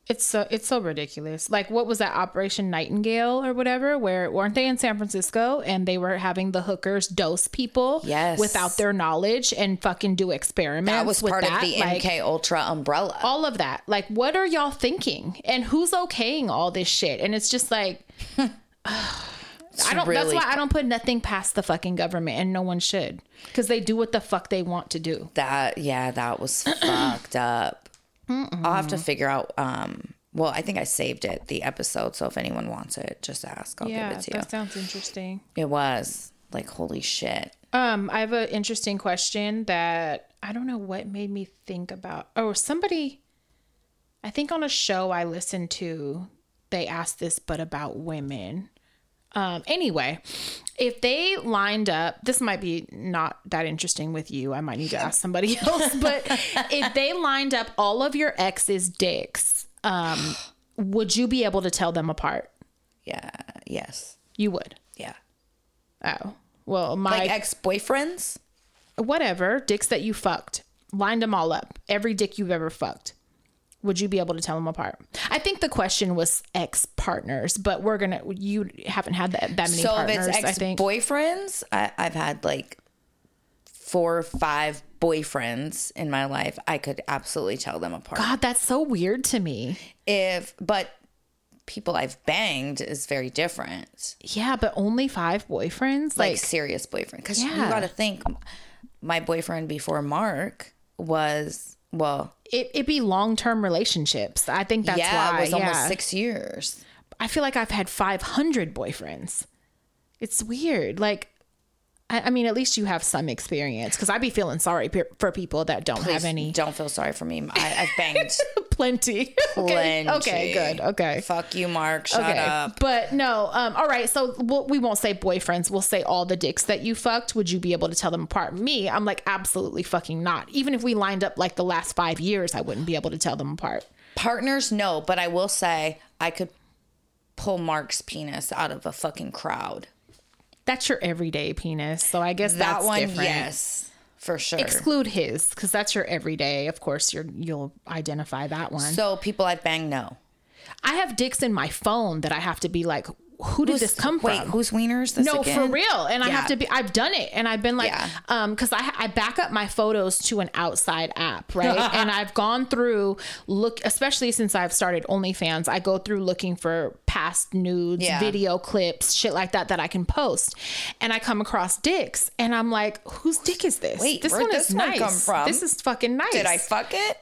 S3: It's so it's so ridiculous. Like what was that Operation Nightingale or whatever where weren't they in San Francisco and they were having the hookers dose people
S2: Yes.
S3: without their knowledge and fucking do experiments
S2: That was
S3: with
S2: part
S3: that.
S2: of the
S3: Like, Oh,
S2: MK Ultra umbrella.
S3: all of that. Like, what are y'all thinking? And who's okaying all this shit? And it's just like, I don't.
S2: really-
S3: that's why I don't put nothing past the fucking government, and no one should, because they do what the fuck they want to do.
S2: That yeah, that was fucked up. I'll have to figure out um well, I think I saved it, the episode, so if anyone wants it, just ask. I'll give it to you.
S3: sounds interesting.
S2: It was like holy shit.
S3: Um, I have an interesting question that I don't know what made me think about. Oh, somebody, I think on a show I listened to, they asked this, but about women. Um, anyway, if they lined up, this might be not that interesting with you. I might need to ask somebody else, but if they lined up all of your ex's dicks, um, would you be able to tell them apart?
S2: Yeah, yes.
S3: You would.
S2: Yeah.
S3: Oh, well, my
S2: Like ex boyfriends?
S3: whatever dicks that you fucked, lined them all up, every dick you've ever fucked. would you be able to tell them apart? I think the question was ex partners, but we're gonna you haven't had that, that many
S2: so
S3: partners.
S2: if it's
S3: I think
S2: ex-boyfriends I, i've had like four or five boyfriends in my life i could absolutely tell them apart
S3: God, that's so weird to me.
S2: if but people i've banged is very different
S3: Yeah, but only five boyfriends.
S2: like,
S3: Like,
S2: serious boyfriend because you
S3: Yeah.
S2: gotta think my boyfriend before mark was well
S3: it it'd be long term relationships. I think that's
S2: yeah
S3: why.
S2: it was almost
S3: yeah.
S2: six years
S3: I feel like I've had 500 boyfriends. It's weird. Like, I, I mean, at least you have some experience because I'd be feeling sorry pe- for people that don't have
S2: Please
S3: any.
S2: don't feel sorry for me I, i've banged
S3: Plenty. okay.
S2: plenty
S3: okay, good. Okay.
S2: fuck you mark shut
S3: Okay.
S2: up
S3: But no, um, all right. So we'll, we won't say boyfriends. We'll say all the dicks that you fucked. Would you be able to tell them apart? Me, I'm like, absolutely fucking not. Even if we lined up like the last five years, I wouldn't be able to tell them apart.
S2: Partners, no, but I will say I could pull Mark's penis out of a fucking crowd.
S3: That's your everyday penis. So I guess
S2: That
S3: that's
S2: one,
S3: different.
S2: yes, for sure.
S3: exclude his because that's your everyday of course you're you'll identify that one
S2: so people I've banged, no.
S3: i have dicks in my phone that i have to be like who did this come
S2: Wait,
S3: from
S2: whose wieners? This
S3: no
S2: again?
S3: for real and i have
S2: Yeah.
S3: to be i've done it and i've been like
S2: Yeah.
S3: um because I, I back up my photos to an outside app right and i've gone through look especially since i've started onlyfans i go through looking for past nudes
S2: Yeah.
S3: video clips shit like that that i can post and i come across dicks and i'm like whose dick is this
S2: Wait,
S3: this
S2: where'd
S3: one
S2: this
S3: is
S2: one
S3: nice
S2: come from?
S3: this is fucking nice
S2: Did I fuck it?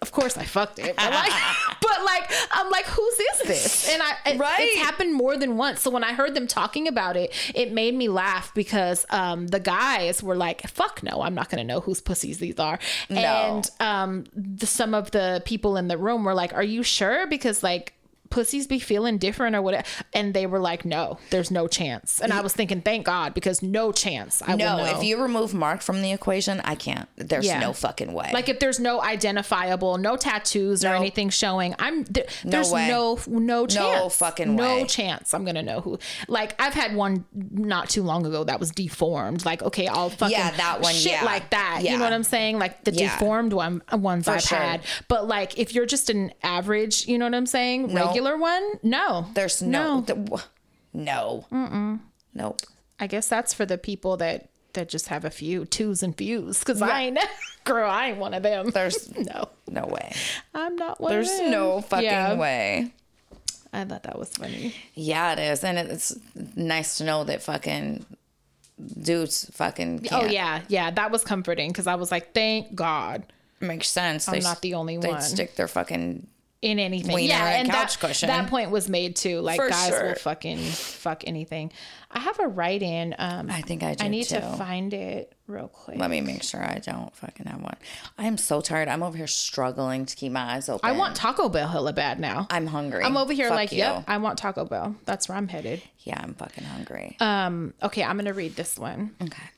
S3: of course I fucked it, but like, but like, I'm like, whose is this? And I, it,
S2: Right.
S3: it's happened more than once. So when I heard them talking about it, it made me laugh because um, the guys were like, "Fuck no, I'm not gonna know whose pussies these are." And um, the, some of the people in the room were like, "Are you sure?" Because like. Pussies be feeling different or whatever, and they were like, "No, there's no chance." And I was thinking, "Thank God," because no chance. I
S2: No,
S3: will know.
S2: if you remove Mark from the equation, I can't. There's
S3: Yeah.
S2: no fucking way.
S3: Like if there's no identifiable, no tattoos or
S2: No.
S3: anything showing, I'm there, there's
S2: way.
S3: no no chance,
S2: fucking
S3: no
S2: way.
S3: chance. I'm gonna know who. Like I've had one not too long ago that was deformed. Like okay, I'll fucking
S2: Yeah, that one,
S3: shit
S2: yeah.
S3: like that. You
S2: Yeah.
S3: know what I'm saying? Like the
S2: Yeah.
S3: deformed one ones I've
S2: sure.
S3: had. But like if you're just an average, you know what I'm saying?
S2: No.
S3: Regular one, no,
S2: there's no, th- wh- no, nope.
S3: I guess that's for the people that that just have a few twos and fews. Because I ain't girl, I ain't one of them.
S2: There's
S3: no.
S2: no way.
S3: I'm not one
S2: There's
S3: of them.
S2: no fucking
S3: Yeah.
S2: way.
S3: I thought that was funny.
S2: Yeah, it is, and it's nice to know that fucking dudes fucking.
S3: Oh
S2: can't.
S3: yeah, yeah, that was comforting because I was like, thank God
S2: Makes sense. I'm
S3: not the only
S2: They'd
S3: one.
S2: stick their fucking.
S3: in anything.
S2: Wiener
S3: yeah,
S2: and couch
S3: that,
S2: cushion.
S3: that point was made too. Like
S2: For
S3: guys
S2: sure.
S3: will fucking fuck anything. I have a write in. Um,
S2: I think I do
S3: I need to
S2: too.
S3: find it real quick.
S2: Let me make sure I don't fucking have one. I'm so tired. I'm over here struggling to keep my eyes open.
S3: I want Taco Bell hella bad now.
S2: I'm hungry.
S3: I'm over here
S2: Fuck
S3: like,
S2: you.
S3: yep, I want Taco Bell. That's where I'm headed.
S2: Yeah, I'm fucking hungry.
S3: Uh, Okay, I'm gonna read this one.
S2: okay.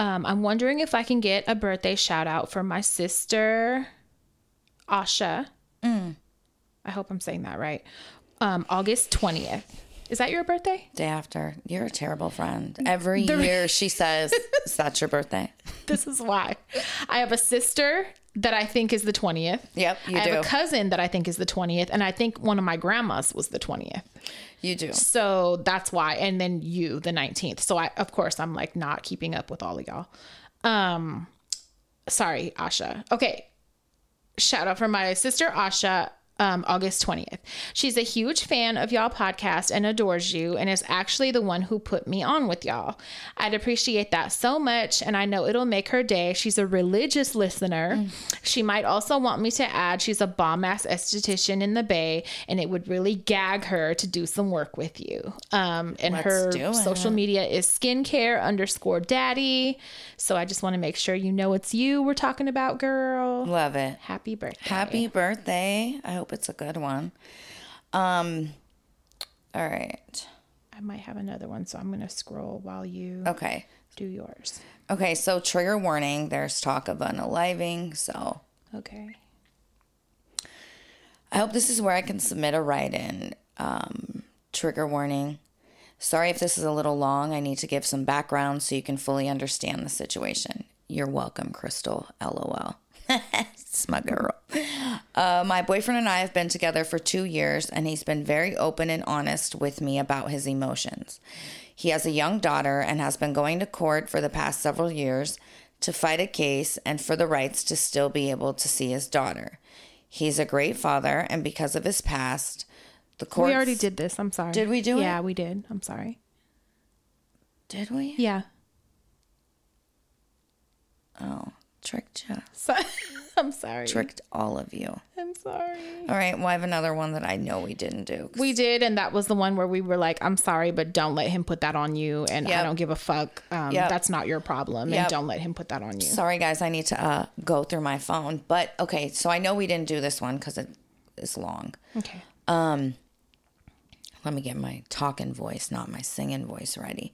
S3: Um, I'm wondering if I can get a birthday shout out for my sister, Asha.
S2: Mm.
S3: I hope I'm saying that right. Um, August 20th. Is that your birthday?
S2: Day after, you're a terrible friend. Every year she says, "Is that your birthday?"
S3: This is why. I have a sister that I think is the 20th.
S2: Yep, you
S3: I have a
S2: do.
S3: cousin that I think is the 20th. And I think one of my grandmas was the 20th.
S2: You do.
S3: So that's why. And then you, the 19th. So I, of course, I'm like not keeping up with all of y'all. Um, sorry, Asha. Okay. Shout out for my sister, Asha. Um, August 20th. She's a huge fan of y'all podcast and adores you and is actually the one who put me on with y'all. I'd appreciate that so much and I know it'll make her day. She's a religious listener. She might also want me to add she's a bomb ass esthetician in the Bay and it would really gag her to do some work with you. Um, and her
S2: do it.
S3: social media is skincare underscore daddy. So I just want to make sure you know it's you we're talking about, girl.
S2: Love it.
S3: Happy birthday.
S2: Happy birthday. I hope it's a good one. Um. All right.
S3: I might have another one, so I'm gonna scroll while you
S2: Okay.
S3: do yours.
S2: Okay, so trigger warning, there's talk of unaliving, so
S3: Okay.
S2: I hope this is where I can submit a write in. Um, trigger warning. Sorry if this is a little long. I need to give some background so you can fully understand the situation. You're welcome, Crystal. LOL. it's my girl. Uh, my boyfriend and I have been together for two years, and he's been very open and honest with me about his emotions. He has a young daughter and has been going to court for the past several years to fight a case and for the rights to still be able to see his daughter. He's a great father, and because of his past, the court
S3: we already did this. I'm sorry.
S2: Did we do
S3: Yeah,
S2: it?
S3: we did. I'm sorry.
S2: Did we?
S3: Yeah.
S2: Oh, tricked you.
S3: So, I'm sorry.
S2: Tricked all of you.
S3: I'm sorry.
S2: All right. Well, I have another one that I know we didn't do.
S3: We did, and that was the one where we were like, "I'm sorry, but don't let him put that on you," and I
S2: Yep.
S3: don't give a fuck. Um,
S2: Yep.
S3: That's not your problem, and
S2: Yep.
S3: don't let him put that on you.
S2: Sorry, guys. I need to uh, go through my phone. But okay. So I know we didn't do this one because it is long. Um,
S3: Okay.
S2: Let me get my talking voice, not my singing voice, ready.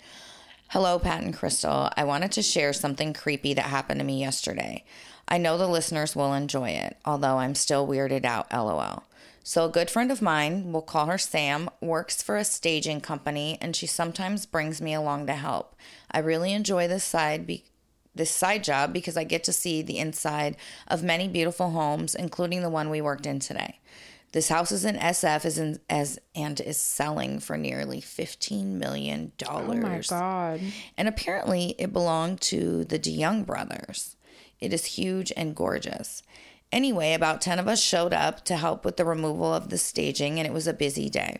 S2: Hello, Pat and Crystal. I wanted to share something creepy that happened to me yesterday. I know the listeners will enjoy it, although I'm still weirded out, lol. So, a good friend of mine, we'll call her Sam, works for a staging company and she sometimes brings me along to help. I really enjoy this side be- this side job because I get to see the inside of many beautiful homes, including the one we worked in today. This house is in SF is in, as and is selling for nearly 15 million dollars
S3: Oh my god.
S2: and apparently it belonged to the DeYoung brothers. It is huge and gorgeous. Anyway, about 10 of us showed up to help with the removal of the staging, and it was a busy day.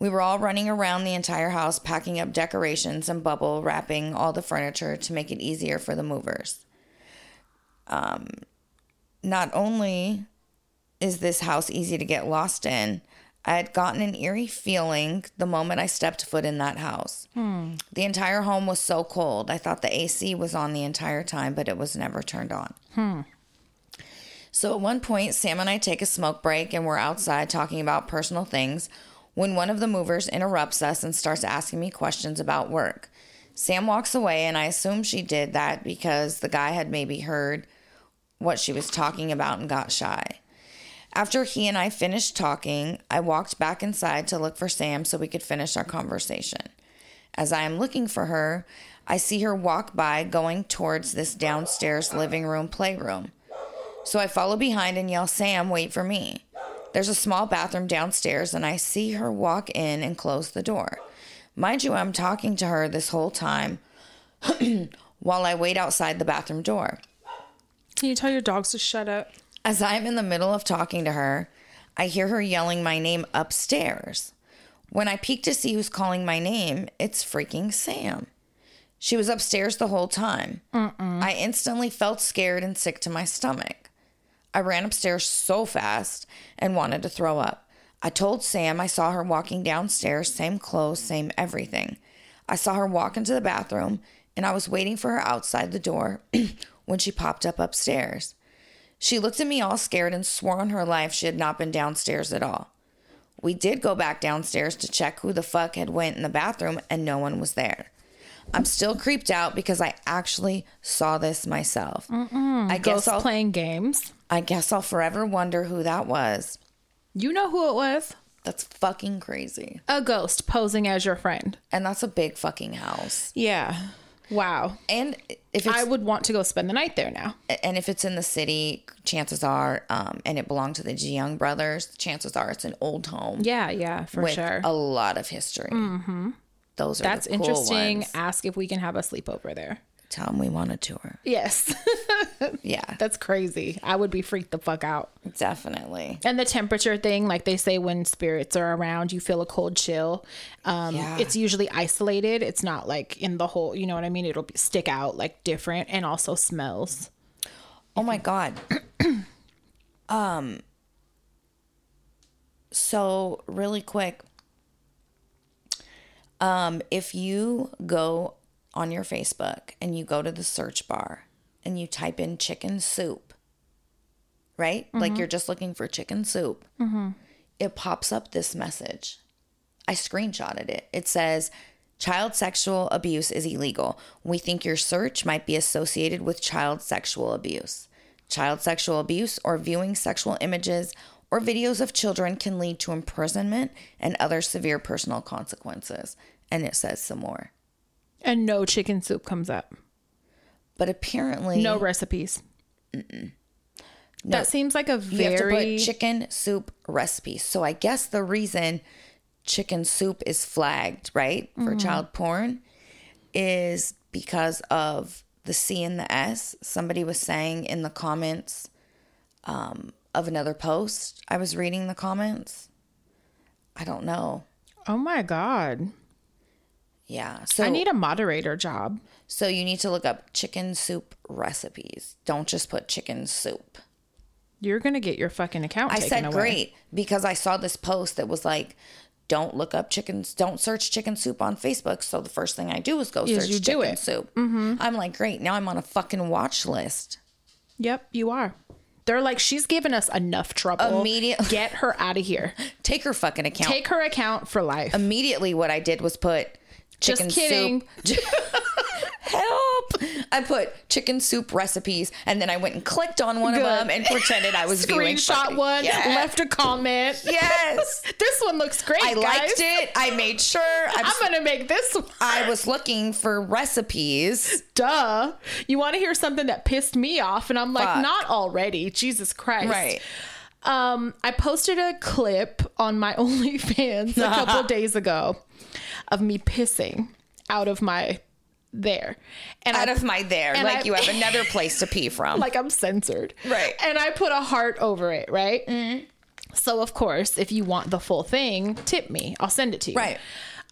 S2: We were all running around the entire house, packing up decorations and bubble wrapping all the furniture to make it easier for the movers. Um, not only is this house easy to get lost in, I had gotten an eerie feeling the moment I stepped foot in that house. The entire home was so cold. I thought the AC was on the entire time, but it was never turned on. So at one point, Sam and I take a smoke break and we're outside talking about personal things when one of the movers interrupts us and starts asking me questions about work. Sam walks away, and I assume she did that because the guy had maybe heard what she was talking about and got shy. After he and I finished talking, I walked back inside to look for Sam so we could finish our conversation. As I am looking for her, I see her walk by going towards this downstairs living room playroom. So I follow behind and yell, Sam, wait for me. There's a small bathroom downstairs, and I see her walk in and close the door. Mind you, I'm talking to her this whole time while I wait outside the bathroom door.
S3: Can you tell your dogs to shut up?
S2: As I'm in the middle of talking to her, I hear her yelling my name upstairs. When I peek to see who's calling my name, it's freaking Sam. She was upstairs the whole time. I instantly felt scared and sick to my stomach. I ran upstairs so fast and wanted to throw up. I told Sam I saw her walking downstairs, same clothes, same everything. I saw her walk into the bathroom and I was waiting for her outside the door when she popped up upstairs. She looked at me all scared and swore on her life she had not been downstairs at all. We did go back downstairs to check who the fuck had went in the bathroom and no one was there. I'm still creeped out because I actually saw this myself. I guess
S3: Ghosts
S2: I'll
S3: playing games.
S2: I guess I'll forever wonder who that was.
S3: You know who it was?
S2: That's fucking crazy.
S3: A ghost posing as your friend.
S2: And that's a big fucking house.
S3: Yeah. Wow.
S2: And if it's
S3: I would want to go spend the night there now.
S2: and if it's in the city, chances are, um, and it belonged to the Young brothers, chances are it's an old home.
S3: Yeah, yeah, for
S2: with
S3: sure.
S2: a lot of history. Mm-hmm. Those are
S3: That's
S2: the cool
S3: interesting.
S2: Ones.
S3: Ask if we can have a sleepover there.
S2: Tell them we want a tour.
S3: Yes.
S2: Yeah,
S3: That's crazy. I would be freaked the fuck out.
S2: definitely.
S3: And the temperature thing, like they say, when spirits are around, you feel a cold chill. Um,
S2: Yeah.
S3: It's usually isolated. It's not like in the whole. You know what I mean? It'll be, stick out like different, and also smells.
S2: Oh my god. um. So really quick. Um, if you go on your Facebook and you go to the search bar and you type in chicken soup, right? Like you're just looking for chicken soup. It pops up this message. I screenshotted it. It says, Child sexual abuse is illegal. We think your search might be associated with child sexual abuse. Child sexual abuse or viewing sexual images or videos of children can lead to imprisonment and other severe personal consequences. And it says some more.
S3: And no chicken soup comes up.
S2: But apparently,
S3: No recipes. That seems like a
S2: You have to
S3: very
S2: put chicken soup recipe. So I guess the reason chicken soup is flagged, right, for
S3: Mm-hmm.
S2: child porn is because of the C and the S. Somebody was saying in the comments um, of another post. I was reading the comments. I don't know.
S3: Oh my god.
S2: Yeah. So
S3: I need a moderator job.
S2: So you need to look up chicken soup recipes. Don't just put chicken soup.
S3: You're going to get your fucking account
S2: I
S3: taken
S2: said
S3: away.
S2: great because I saw this post that was like, don't look up chickens, don't search chicken soup on Facebook. So the first thing I do is go
S3: Is
S2: search
S3: you do
S2: chicken
S3: it.
S2: soup. Mm-hmm. I'm like, great. Now I'm on a fucking watch list.
S3: Yep, you are. They're like she's given us enough trouble.
S2: Immediate-
S3: Get her out of here.
S2: Take her fucking account.
S3: Take her account for life.
S2: Immediately, what I did was put
S3: Just
S2: chicken
S3: kidding.
S2: soup. Help! I put chicken soup recipes, and then I went and clicked on one
S3: Good.
S2: of them and pretended I was viewing
S3: Screenshot
S2: something.
S3: one,
S2: Yeah.
S3: left a comment.
S2: Yes.
S3: This one looks great.
S2: I
S3: guys.
S2: liked it. I made sure. I
S3: I'm
S2: was,
S3: gonna make this one.
S2: I was looking for recipes.
S3: Duh. You want to hear something that pissed me off? And I'm like,
S2: Fuck.
S3: not already. Jesus Christ. Um, I posted a clip on my OnlyFans a couple days ago of me pissing out of my there. And
S2: Out
S3: I
S2: of my there.
S3: and
S2: Like
S3: I-
S2: you have another place to pee from.
S3: like I'm censored.
S2: Right. Mm-hmm.
S3: And I put a heart over it, right? So of course, if you want the full thing, tip me. I'll send it to you.
S2: Right.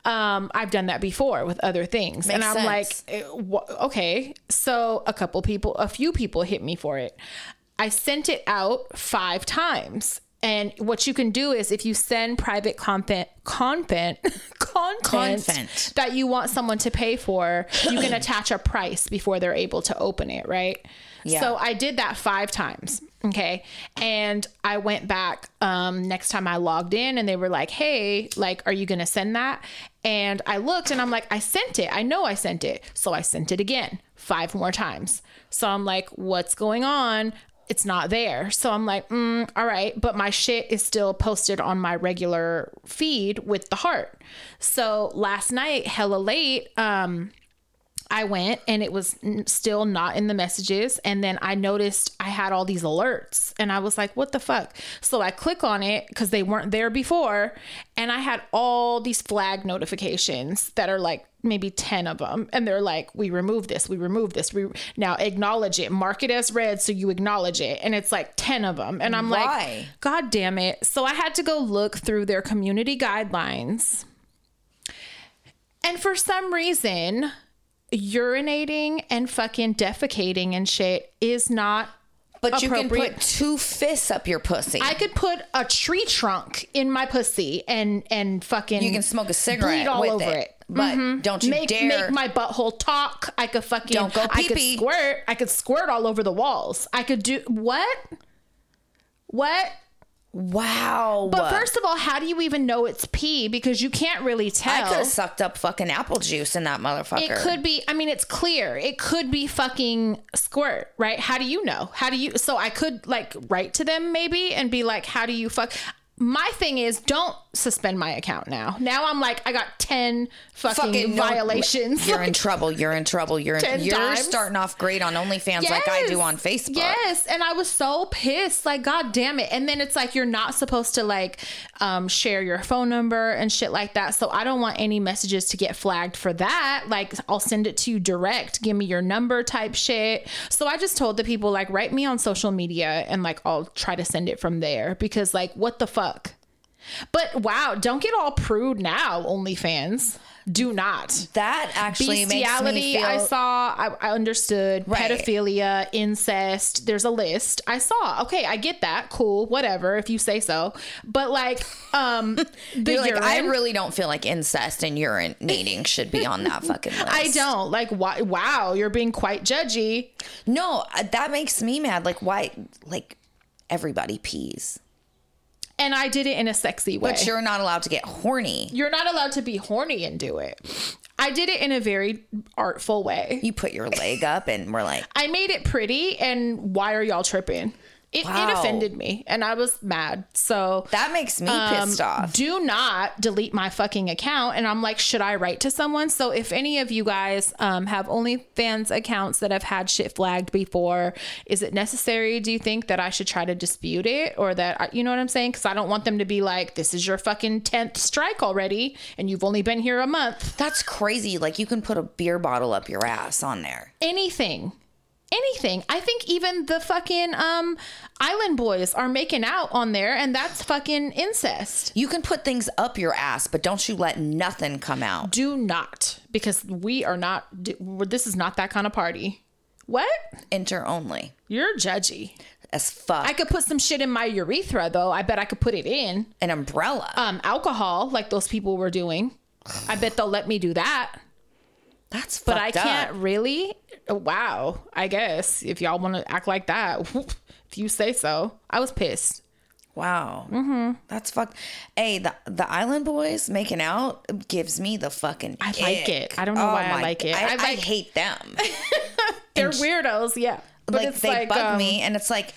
S3: Um, I've done that before with other things, and
S2: Makes
S3: I'm
S2: sense.
S3: like, eh, wh- okay. So a couple people, a few people hit me for it. I sent it out five times. And what you can do is if you send private content, content, content,
S2: Content.
S3: that you want someone to pay for, you can attach a price before they're able to open it, right?
S2: Yeah.
S3: So I did that five times. Okay. And I went back um, next time I logged in and they were like, hey, like, are you going to send that? And I looked and I'm like, I sent it. I know I sent it. So I sent it again five more times. So I'm like, what's going on? It's not there. So I'm like, mm, all right. But my shit is still posted on my regular feed with the heart. So last night, hella late, I went and it was n- still not in the messages. And then I noticed I had all these alerts and I was like, what the fuck? So I click on it because they weren't there before. And I had all these flag notifications that are like maybe 10 of them. And they're like, we removed this, we removed this. We now acknowledge it, mark it as red so you acknowledge it. And it's like 10 of them. And I'm
S2: Why?
S3: like, God damn it. So I had to go look through their community guidelines. And for some reason, urinating and fucking defecating and shit is not.
S2: but you can
S3: appropriate-
S2: put two fists up your pussy.
S3: I could put a tree trunk in my pussy and and fucking.
S2: you can smoke a cigarette
S3: bleed all
S2: with
S3: over
S2: it.
S3: it. Mm-hmm.
S2: But don't you
S3: make
S2: dare.
S3: make my butthole talk. I could fucking.
S2: Don't go
S3: I could
S2: pee-pee.
S3: squirt. I could squirt all over the walls. I could do what? What?
S2: wow.
S3: But first of all, how do you even know it's pee? Because you can't really tell.
S2: I could have sucked up fucking apple juice in that motherfucker.
S3: It could be, I mean, it's clear. It could be fucking squirt, right? How do you know? How do you? So I could like write to them maybe and be like, how do you fuck? My thing is, don't suspend my account now. Now I'm like, I got 10 fucking,
S2: no-
S3: violations.
S2: You're in trouble. You're in trouble. You're in,
S3: Ten
S2: you're
S3: times?
S2: starting off great on OnlyFans like I do on Facebook.
S3: Yes, and I was so pissed. Like, god damn it! And then it's like you're not supposed to like um, share your phone number and shit like that. So I don't want any messages to get flagged for that. Like, I'll send it to you direct. Give me your number, type shit. So I just told the people like, write me on social media, and like I'll try to send it from there because like, what the fuck. But wow, don't get all prude now, OnlyFans. Do not
S2: That actually makes me
S3: bestiality
S2: feel.
S3: i saw i, I understood
S2: Right.
S3: pedophilia incest there's a list i saw okay i get that cool whatever if you say so but like um the
S2: You're like,
S3: urine,
S2: I really don't feel like incest and urinating should be on that fucking list.
S3: I don't like why wow you're being quite judgy
S2: No, uh, that makes me mad. Like, why? Like, everybody pees,
S3: and i did it in a sexy way
S2: but you're not allowed to get horny.
S3: you're not allowed to be horny and do it i did it in a very artful way
S2: You put your leg up, and we're like,
S3: i made it pretty and why are y'all tripping It,
S2: Wow.
S3: it offended me and I was mad. So
S2: That makes me
S3: um,
S2: pissed off.
S3: Do not delete my fucking account. And I'm like, should I write to someone? So if any of you guys um, have OnlyFans accounts that have had shit flagged before, is it necessary? Do you think that I should try to dispute it or that, I, you know what I'm saying? Because I don't want them to be like, this is your fucking 10th strike already and you've only been here a month.
S2: That's crazy. Like you can put a beer bottle up your ass on there.
S3: Anything. Anything. I think even the fucking um, island boys are making out on there, and that's fucking incest.
S2: You can put things up your ass, but don't you let nothing come out.
S3: do not because we are not d- we're- this is not that kind of party what
S2: Enter only.
S3: you're judgy
S2: As fuck.
S3: i could put some shit in my urethra though i bet i could put it in
S2: An umbrella.
S3: um alcohol like those people were doing i bet they'll let me do that
S2: That's
S3: but
S2: fucked
S3: i
S2: up.
S3: can't really oh, wow i guess if y'all want to act like that if you say so i was pissed
S2: Wow. Mm-hmm. That's fucked. Hey, the the Island Boys making out gives me the fucking.
S3: I like it.
S2: ick.
S3: I don't know why I
S2: my-
S3: like it.
S2: I,
S3: I
S2: I
S3: like-
S2: hate them.
S3: they're weirdos yeah but
S2: like
S3: it's
S2: they
S3: like
S2: bug
S3: um,
S2: me, and it's like,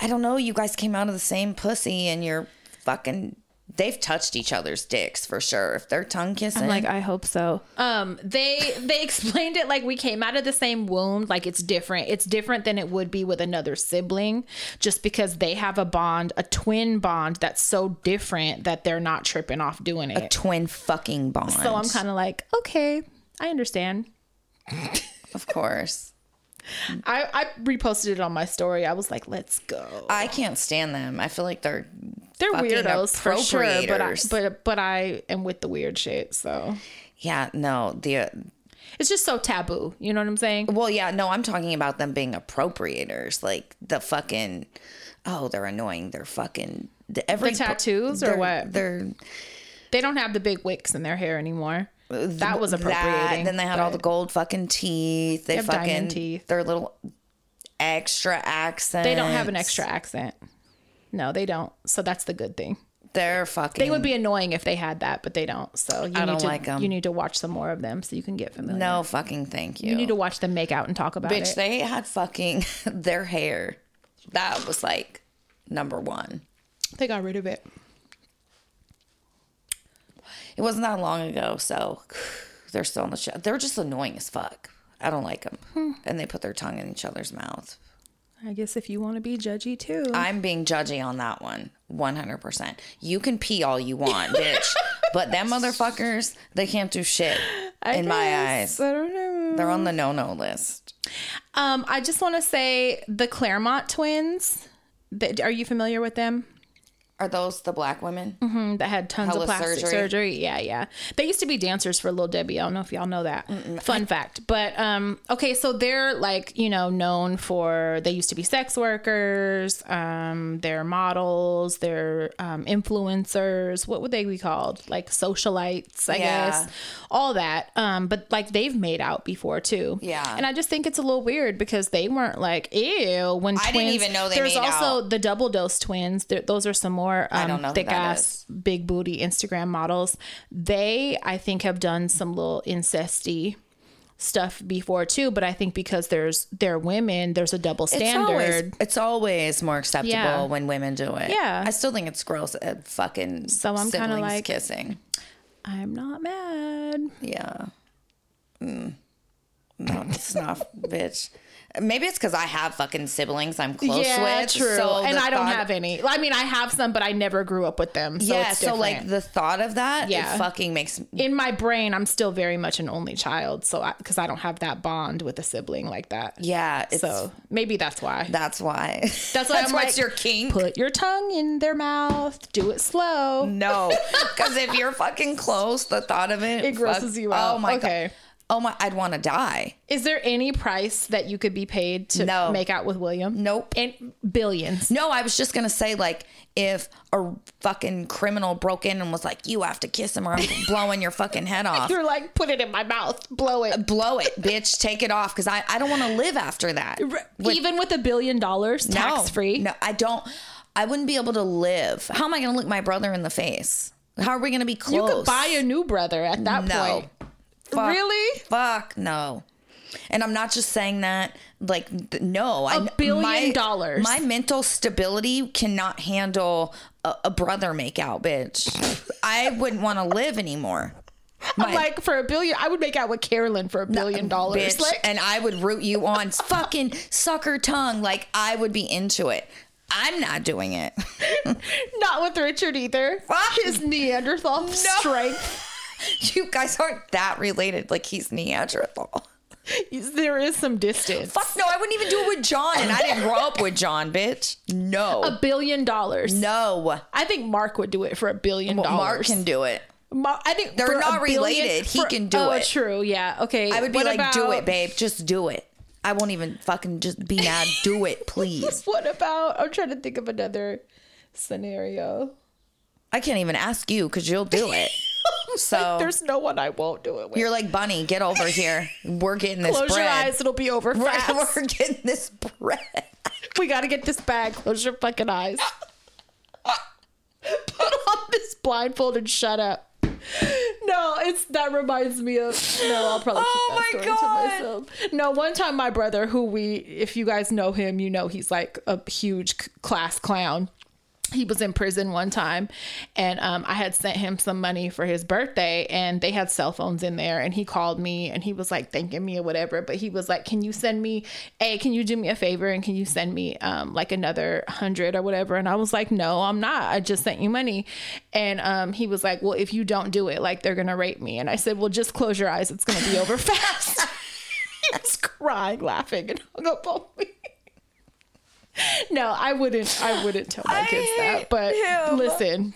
S2: I don't know. You guys came out of the same pussy, and you're fucking. They've touched each other's dicks for sure. If they're tongue kissing,
S1: Like I hope so.
S3: um they they explained it like we came out of the same womb like it's different it's different than it would be with another sibling just because they have a bond a twin bond that's so different that they're not tripping off doing it
S2: twin fucking bond.
S3: so i'm kind of like okay i understand
S2: of course.
S3: I, I reposted it on my story i was like let's go
S2: I can't stand them. I feel like they're
S3: they're
S2: fucking
S3: weirdos for sure but I,
S2: appropriators.
S3: but but i am with the weird shit so
S2: yeah no the uh,
S3: it's just so taboo you know what i'm saying
S2: Well, yeah, no, I'm talking about them being appropriators, like the fucking. Oh, they're annoying. They're fucking. The, every
S3: The tattoos or
S2: they're-
S3: what?
S2: They're
S3: they don't have the big wicks in their hair anymore that was
S2: that.
S3: appropriating
S2: Then they had all the gold fucking teeth. They
S3: have
S2: fucking
S3: diamond teeth.
S2: Their little extra accent.
S3: They don't have an extra accent. No, they don't. So that's the good thing.
S2: They're fucking.
S3: They would be annoying if they had that, but they don't. So you
S2: I
S3: need
S2: don't
S3: to
S2: like 'em.
S3: you need to watch some more of them so you can get familiar.
S2: no fucking thank you.
S3: You need to watch them make out and talk about
S2: Bitch,
S3: it.
S2: they had fucking their hair. That was like number one.
S3: They got rid of it.
S2: It wasn't that long ago, so they're still on the show. They're just annoying as fuck. I don't like them.
S3: Hmm.
S2: And they put their tongue in each other's mouth.
S1: I guess if you want to be judgy too.
S3: Hmm.
S2: I'm being judgy on that one, 100%. You can pee all you want, bitch. But them motherfuckers, they can't do shit in my eyes.
S1: I don't know.
S2: They're on the no no list.
S3: Um, I just want to say the Claremont twins. Th- are you familiar with them?
S2: Are those the black women?
S3: Mm, That had tons
S2: Hella
S3: of plastic
S2: surgery.
S3: surgery. Yeah, yeah. They used to be dancers for Little Debbie. I don't know if y'all know that. Fun fact. But um, okay, so they're like you know known for they used to be sex workers. Um, they're models. They're um, influencers. What would they be called? Like socialites, I
S2: Yeah.
S3: guess. All that. Um, but like they've made out before too.
S2: Yeah.
S3: And I just think it's a little weird because they weren't like ew when
S2: I
S3: twins.
S2: didn't even know they
S3: There's
S2: made
S3: also the double dose twins. There- Those are some more um,
S2: don't know who
S3: thick
S2: that
S3: ass, big booty Instagram models. They, I think, have done some little incesty stuff before too. But I think because there's they're women, there's a double
S2: It's
S3: standard.
S2: always, it's always more acceptable
S3: Yeah.
S2: when women do it.
S3: Yeah.
S2: I still think it's gross. Uh, fucking so
S3: So I'm
S2: I'm
S3: kinda
S2: kind of
S3: like-
S2: kissing.
S3: I'm not mad.
S2: Yeah. Mm. No, it's not, bitch. Maybe it's because I have fucking siblings I'm close with. so
S3: and
S2: the
S3: I don't
S2: thought-
S3: have any. I mean, I have some, but I never grew up with them. So
S2: yeah,
S3: it's
S2: so like
S3: different.
S2: the thought of that, yeah.
S3: Yeah.
S2: it fucking makes.
S3: in my brain, I'm still very much an only child. So because I, don't have that bond with a sibling like that.
S2: Yeah, it's,
S3: So maybe that's why.
S2: that's why.
S3: That's why I'm
S2: why
S3: like,
S2: it's your kink.
S3: put your tongue in their mouth. Do it slow.
S2: no, because if you're fucking close, the thought of it
S3: It grosses you out.
S2: Oh my
S3: Okay.
S2: god. Oh my, I'd want to die.
S3: Is there any price that you could be paid to
S2: No.
S3: make out with William?
S2: Nope.
S3: And billions.
S2: No, I was just gonna say like if a fucking criminal broke in and was like, you have to kiss him or I'm blowing your fucking head off.
S3: You're like, put it in my mouth, blow it.
S2: blow it, bitch. Take it off because I, I don't want to live after that.
S3: Even with a billion dollars
S2: No.
S3: tax free.
S2: No, I don't. I wouldn't be able to live. How am I going to look my brother in the face? How are we going to be close?
S3: You could buy a new brother at that
S2: no.
S3: point.
S2: Fuck.
S3: Really?
S2: Fuck no. And I'm not just saying that, like, th- no, I
S3: A billion dollars.
S2: My mental stability cannot handle a, a brother make out, bitch. I wouldn't want to live anymore.
S3: I'm like for a billion, I would make out with Carolyn for a billion dollars.
S2: Bitch,
S3: Like,
S2: and I would root you on fucking sucker tongue. Like, I would be into it. I'm not doing it.
S3: not with Richard either. His Neanderthal strength.
S2: you guys aren't that related. Like, he's Neanderthal.
S3: There is some distance.
S2: Fuck no, I wouldn't even do it with John. And I didn't grow up with John, bitch. No.
S3: A billion dollars.
S2: no.
S3: I think Mark would do it for a billion
S2: Well,
S3: dollars.
S2: Mark can do it.
S3: Ma- I think
S2: They're
S3: for a
S2: not
S3: billion-
S2: related. He can do
S3: oh,
S2: it.
S3: True. Yeah. Okay.
S2: I would be
S3: What
S2: like, do
S3: about-
S2: it, babe. Just do it. I won't even fucking just be mad. Do it, please.
S3: What about? I'm trying to think of another scenario.
S2: I can't even ask you because you'll do it. So
S3: Like, there's no one I won't do it with.
S2: you're like, Bunny, get over here. We're getting this
S3: Close
S2: bread.
S3: your eyes. It'll be over fast.
S2: We're, we're getting this bread.
S3: we gotta get this bag. Close your fucking eyes. Put on this blindfold and shut up. No, it's that reminds me of no. I'll probably keep
S2: Oh
S3: that
S2: my
S3: story
S2: God.
S3: to myself. No, one time my brother, who we, if you guys know him, you know he's like a huge c- class clown. He was in prison one time, and um, I had sent him some money for his birthday, and they had cell phones in there. And he called me, and he was like thanking me or whatever. But he was like, "Can you send me a? Can you do me a favor and can you send me um, like another hundred or whatever?" And I was like, "No, I'm not. I just sent you money." And um, he was like, "Well, if you don't do it, like they're gonna rape me." And I said, "Well, just close your eyes. It's gonna be over fast." he was crying, laughing, and hung up on me. no, I wouldn't. I wouldn't tell my kids that.
S2: hate
S3: But
S2: him.
S3: listen,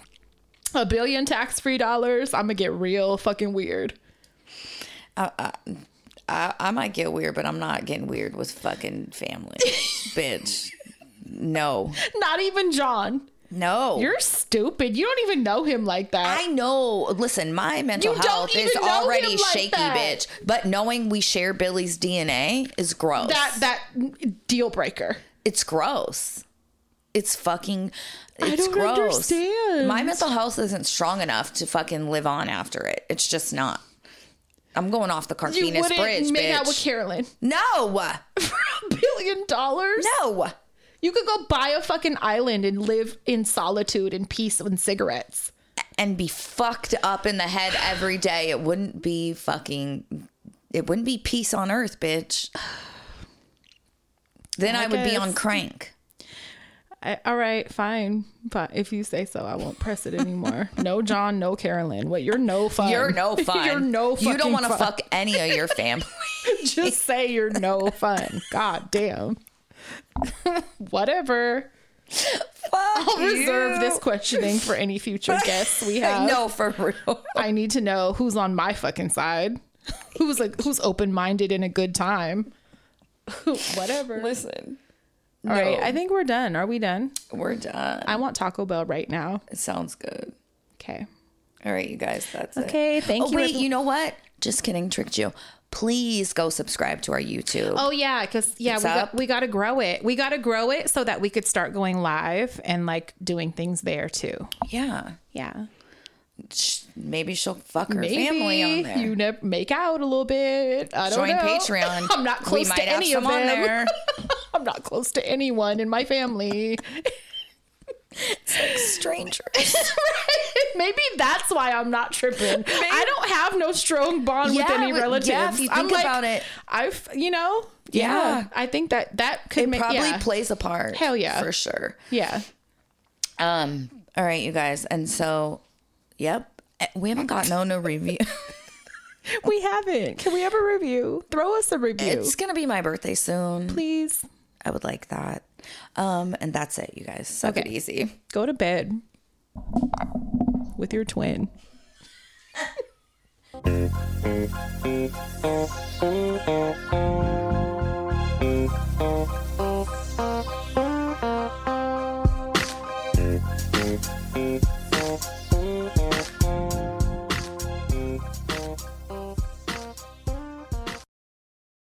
S3: a billion tax-free dollars. I'm gonna get real fucking weird.
S2: I, I might get weird, but I'm not getting weird with fucking family. Bitch. No.
S3: Not even John.
S2: No.
S3: You're stupid. You don't even know him like that.
S2: I know. Listen, my mental
S3: You don't
S2: health is
S3: even know
S2: already
S3: him like
S2: shaky,
S3: that.
S2: bitch. But knowing we share Billy's DNA is gross.
S3: that that deal breaker.
S2: it's gross. It's fucking. It's
S3: don't
S2: gross.
S3: understand.
S2: My mental health isn't strong enough to fucking live on after it. It's just not. I'm going off the
S3: You
S2: Carquinez
S3: wouldn't
S2: Bridge,
S3: make out with
S2: bitch.
S3: Carolyn
S2: No,
S3: for a billion dollars.
S2: no.
S3: You could go buy a fucking island and live in solitude and peace and cigarettes.
S2: And be fucked up in the head every day. It wouldn't be fucking. It wouldn't be peace on earth, bitch. Then I, would be
S3: guess.
S2: on crank.
S3: I, all right, fine. But if you say so, I won't press it anymore. no John, no Carolyn. What you're no fun.
S2: You're no fun.
S3: Oh. you're no fucking
S2: You don't want to
S3: fun.
S2: fuck any of your family.
S3: Just say you're no fun. God damn. Whatever.
S2: I'll
S3: Reserve this questioning for any future guests we have.
S2: No, for real.
S3: I need to know who's on my fucking side. Who's like who's open minded in a good time. Whatever.
S2: Listen,
S3: All right, I think we're done. Are we done?
S2: we're done.
S3: I want Taco Bell right now.
S2: It sounds good.
S3: Okay.
S2: All right, you guys, that's it.
S3: Okay, thank
S2: oh,
S3: you,
S2: Wait,
S3: everyone.
S2: you know what? Just kidding, tricked you. Please go subscribe to our YouTube.
S3: Oh yeah, because yeah,
S2: It's
S3: we
S2: up.
S3: got, we got to grow it. We got to grow it so that we could start going live and like doing things there too.
S2: Yeah.
S3: Yeah,
S2: Sh- Maybe she'll fuck her family on there.
S3: You never make out a little bit. I don't
S2: Join
S3: know.
S2: Patreon.
S3: I'm not close
S2: we might
S3: to
S2: have
S3: any of
S2: some
S3: them.
S2: on there.
S3: I'm not close to anyone in my family.
S2: Strangers.
S3: Maybe that's why I'm not tripping. I don't have no strong bond
S2: Yeah,
S3: with any
S2: but- yeah,
S3: relatives.
S2: if you
S3: I'm
S2: think
S3: like,
S2: about it.
S3: I've you know,
S2: Yeah.
S3: I think that that could
S2: It
S3: make
S2: probably
S3: yeah,
S2: plays a part.
S3: Hell yeah.
S2: For sure.
S3: yeah.
S2: Um, all right, you guys. And so, yep, Eh, we haven't got no no review.
S3: We haven't. Can we have a review? Throw us a review,
S2: it's gonna be my birthday soon.
S3: please.
S2: I would like that. Um, and that's it, you guys. Suck it
S3: Okay.
S2: easy.
S3: Go to bed with your twin.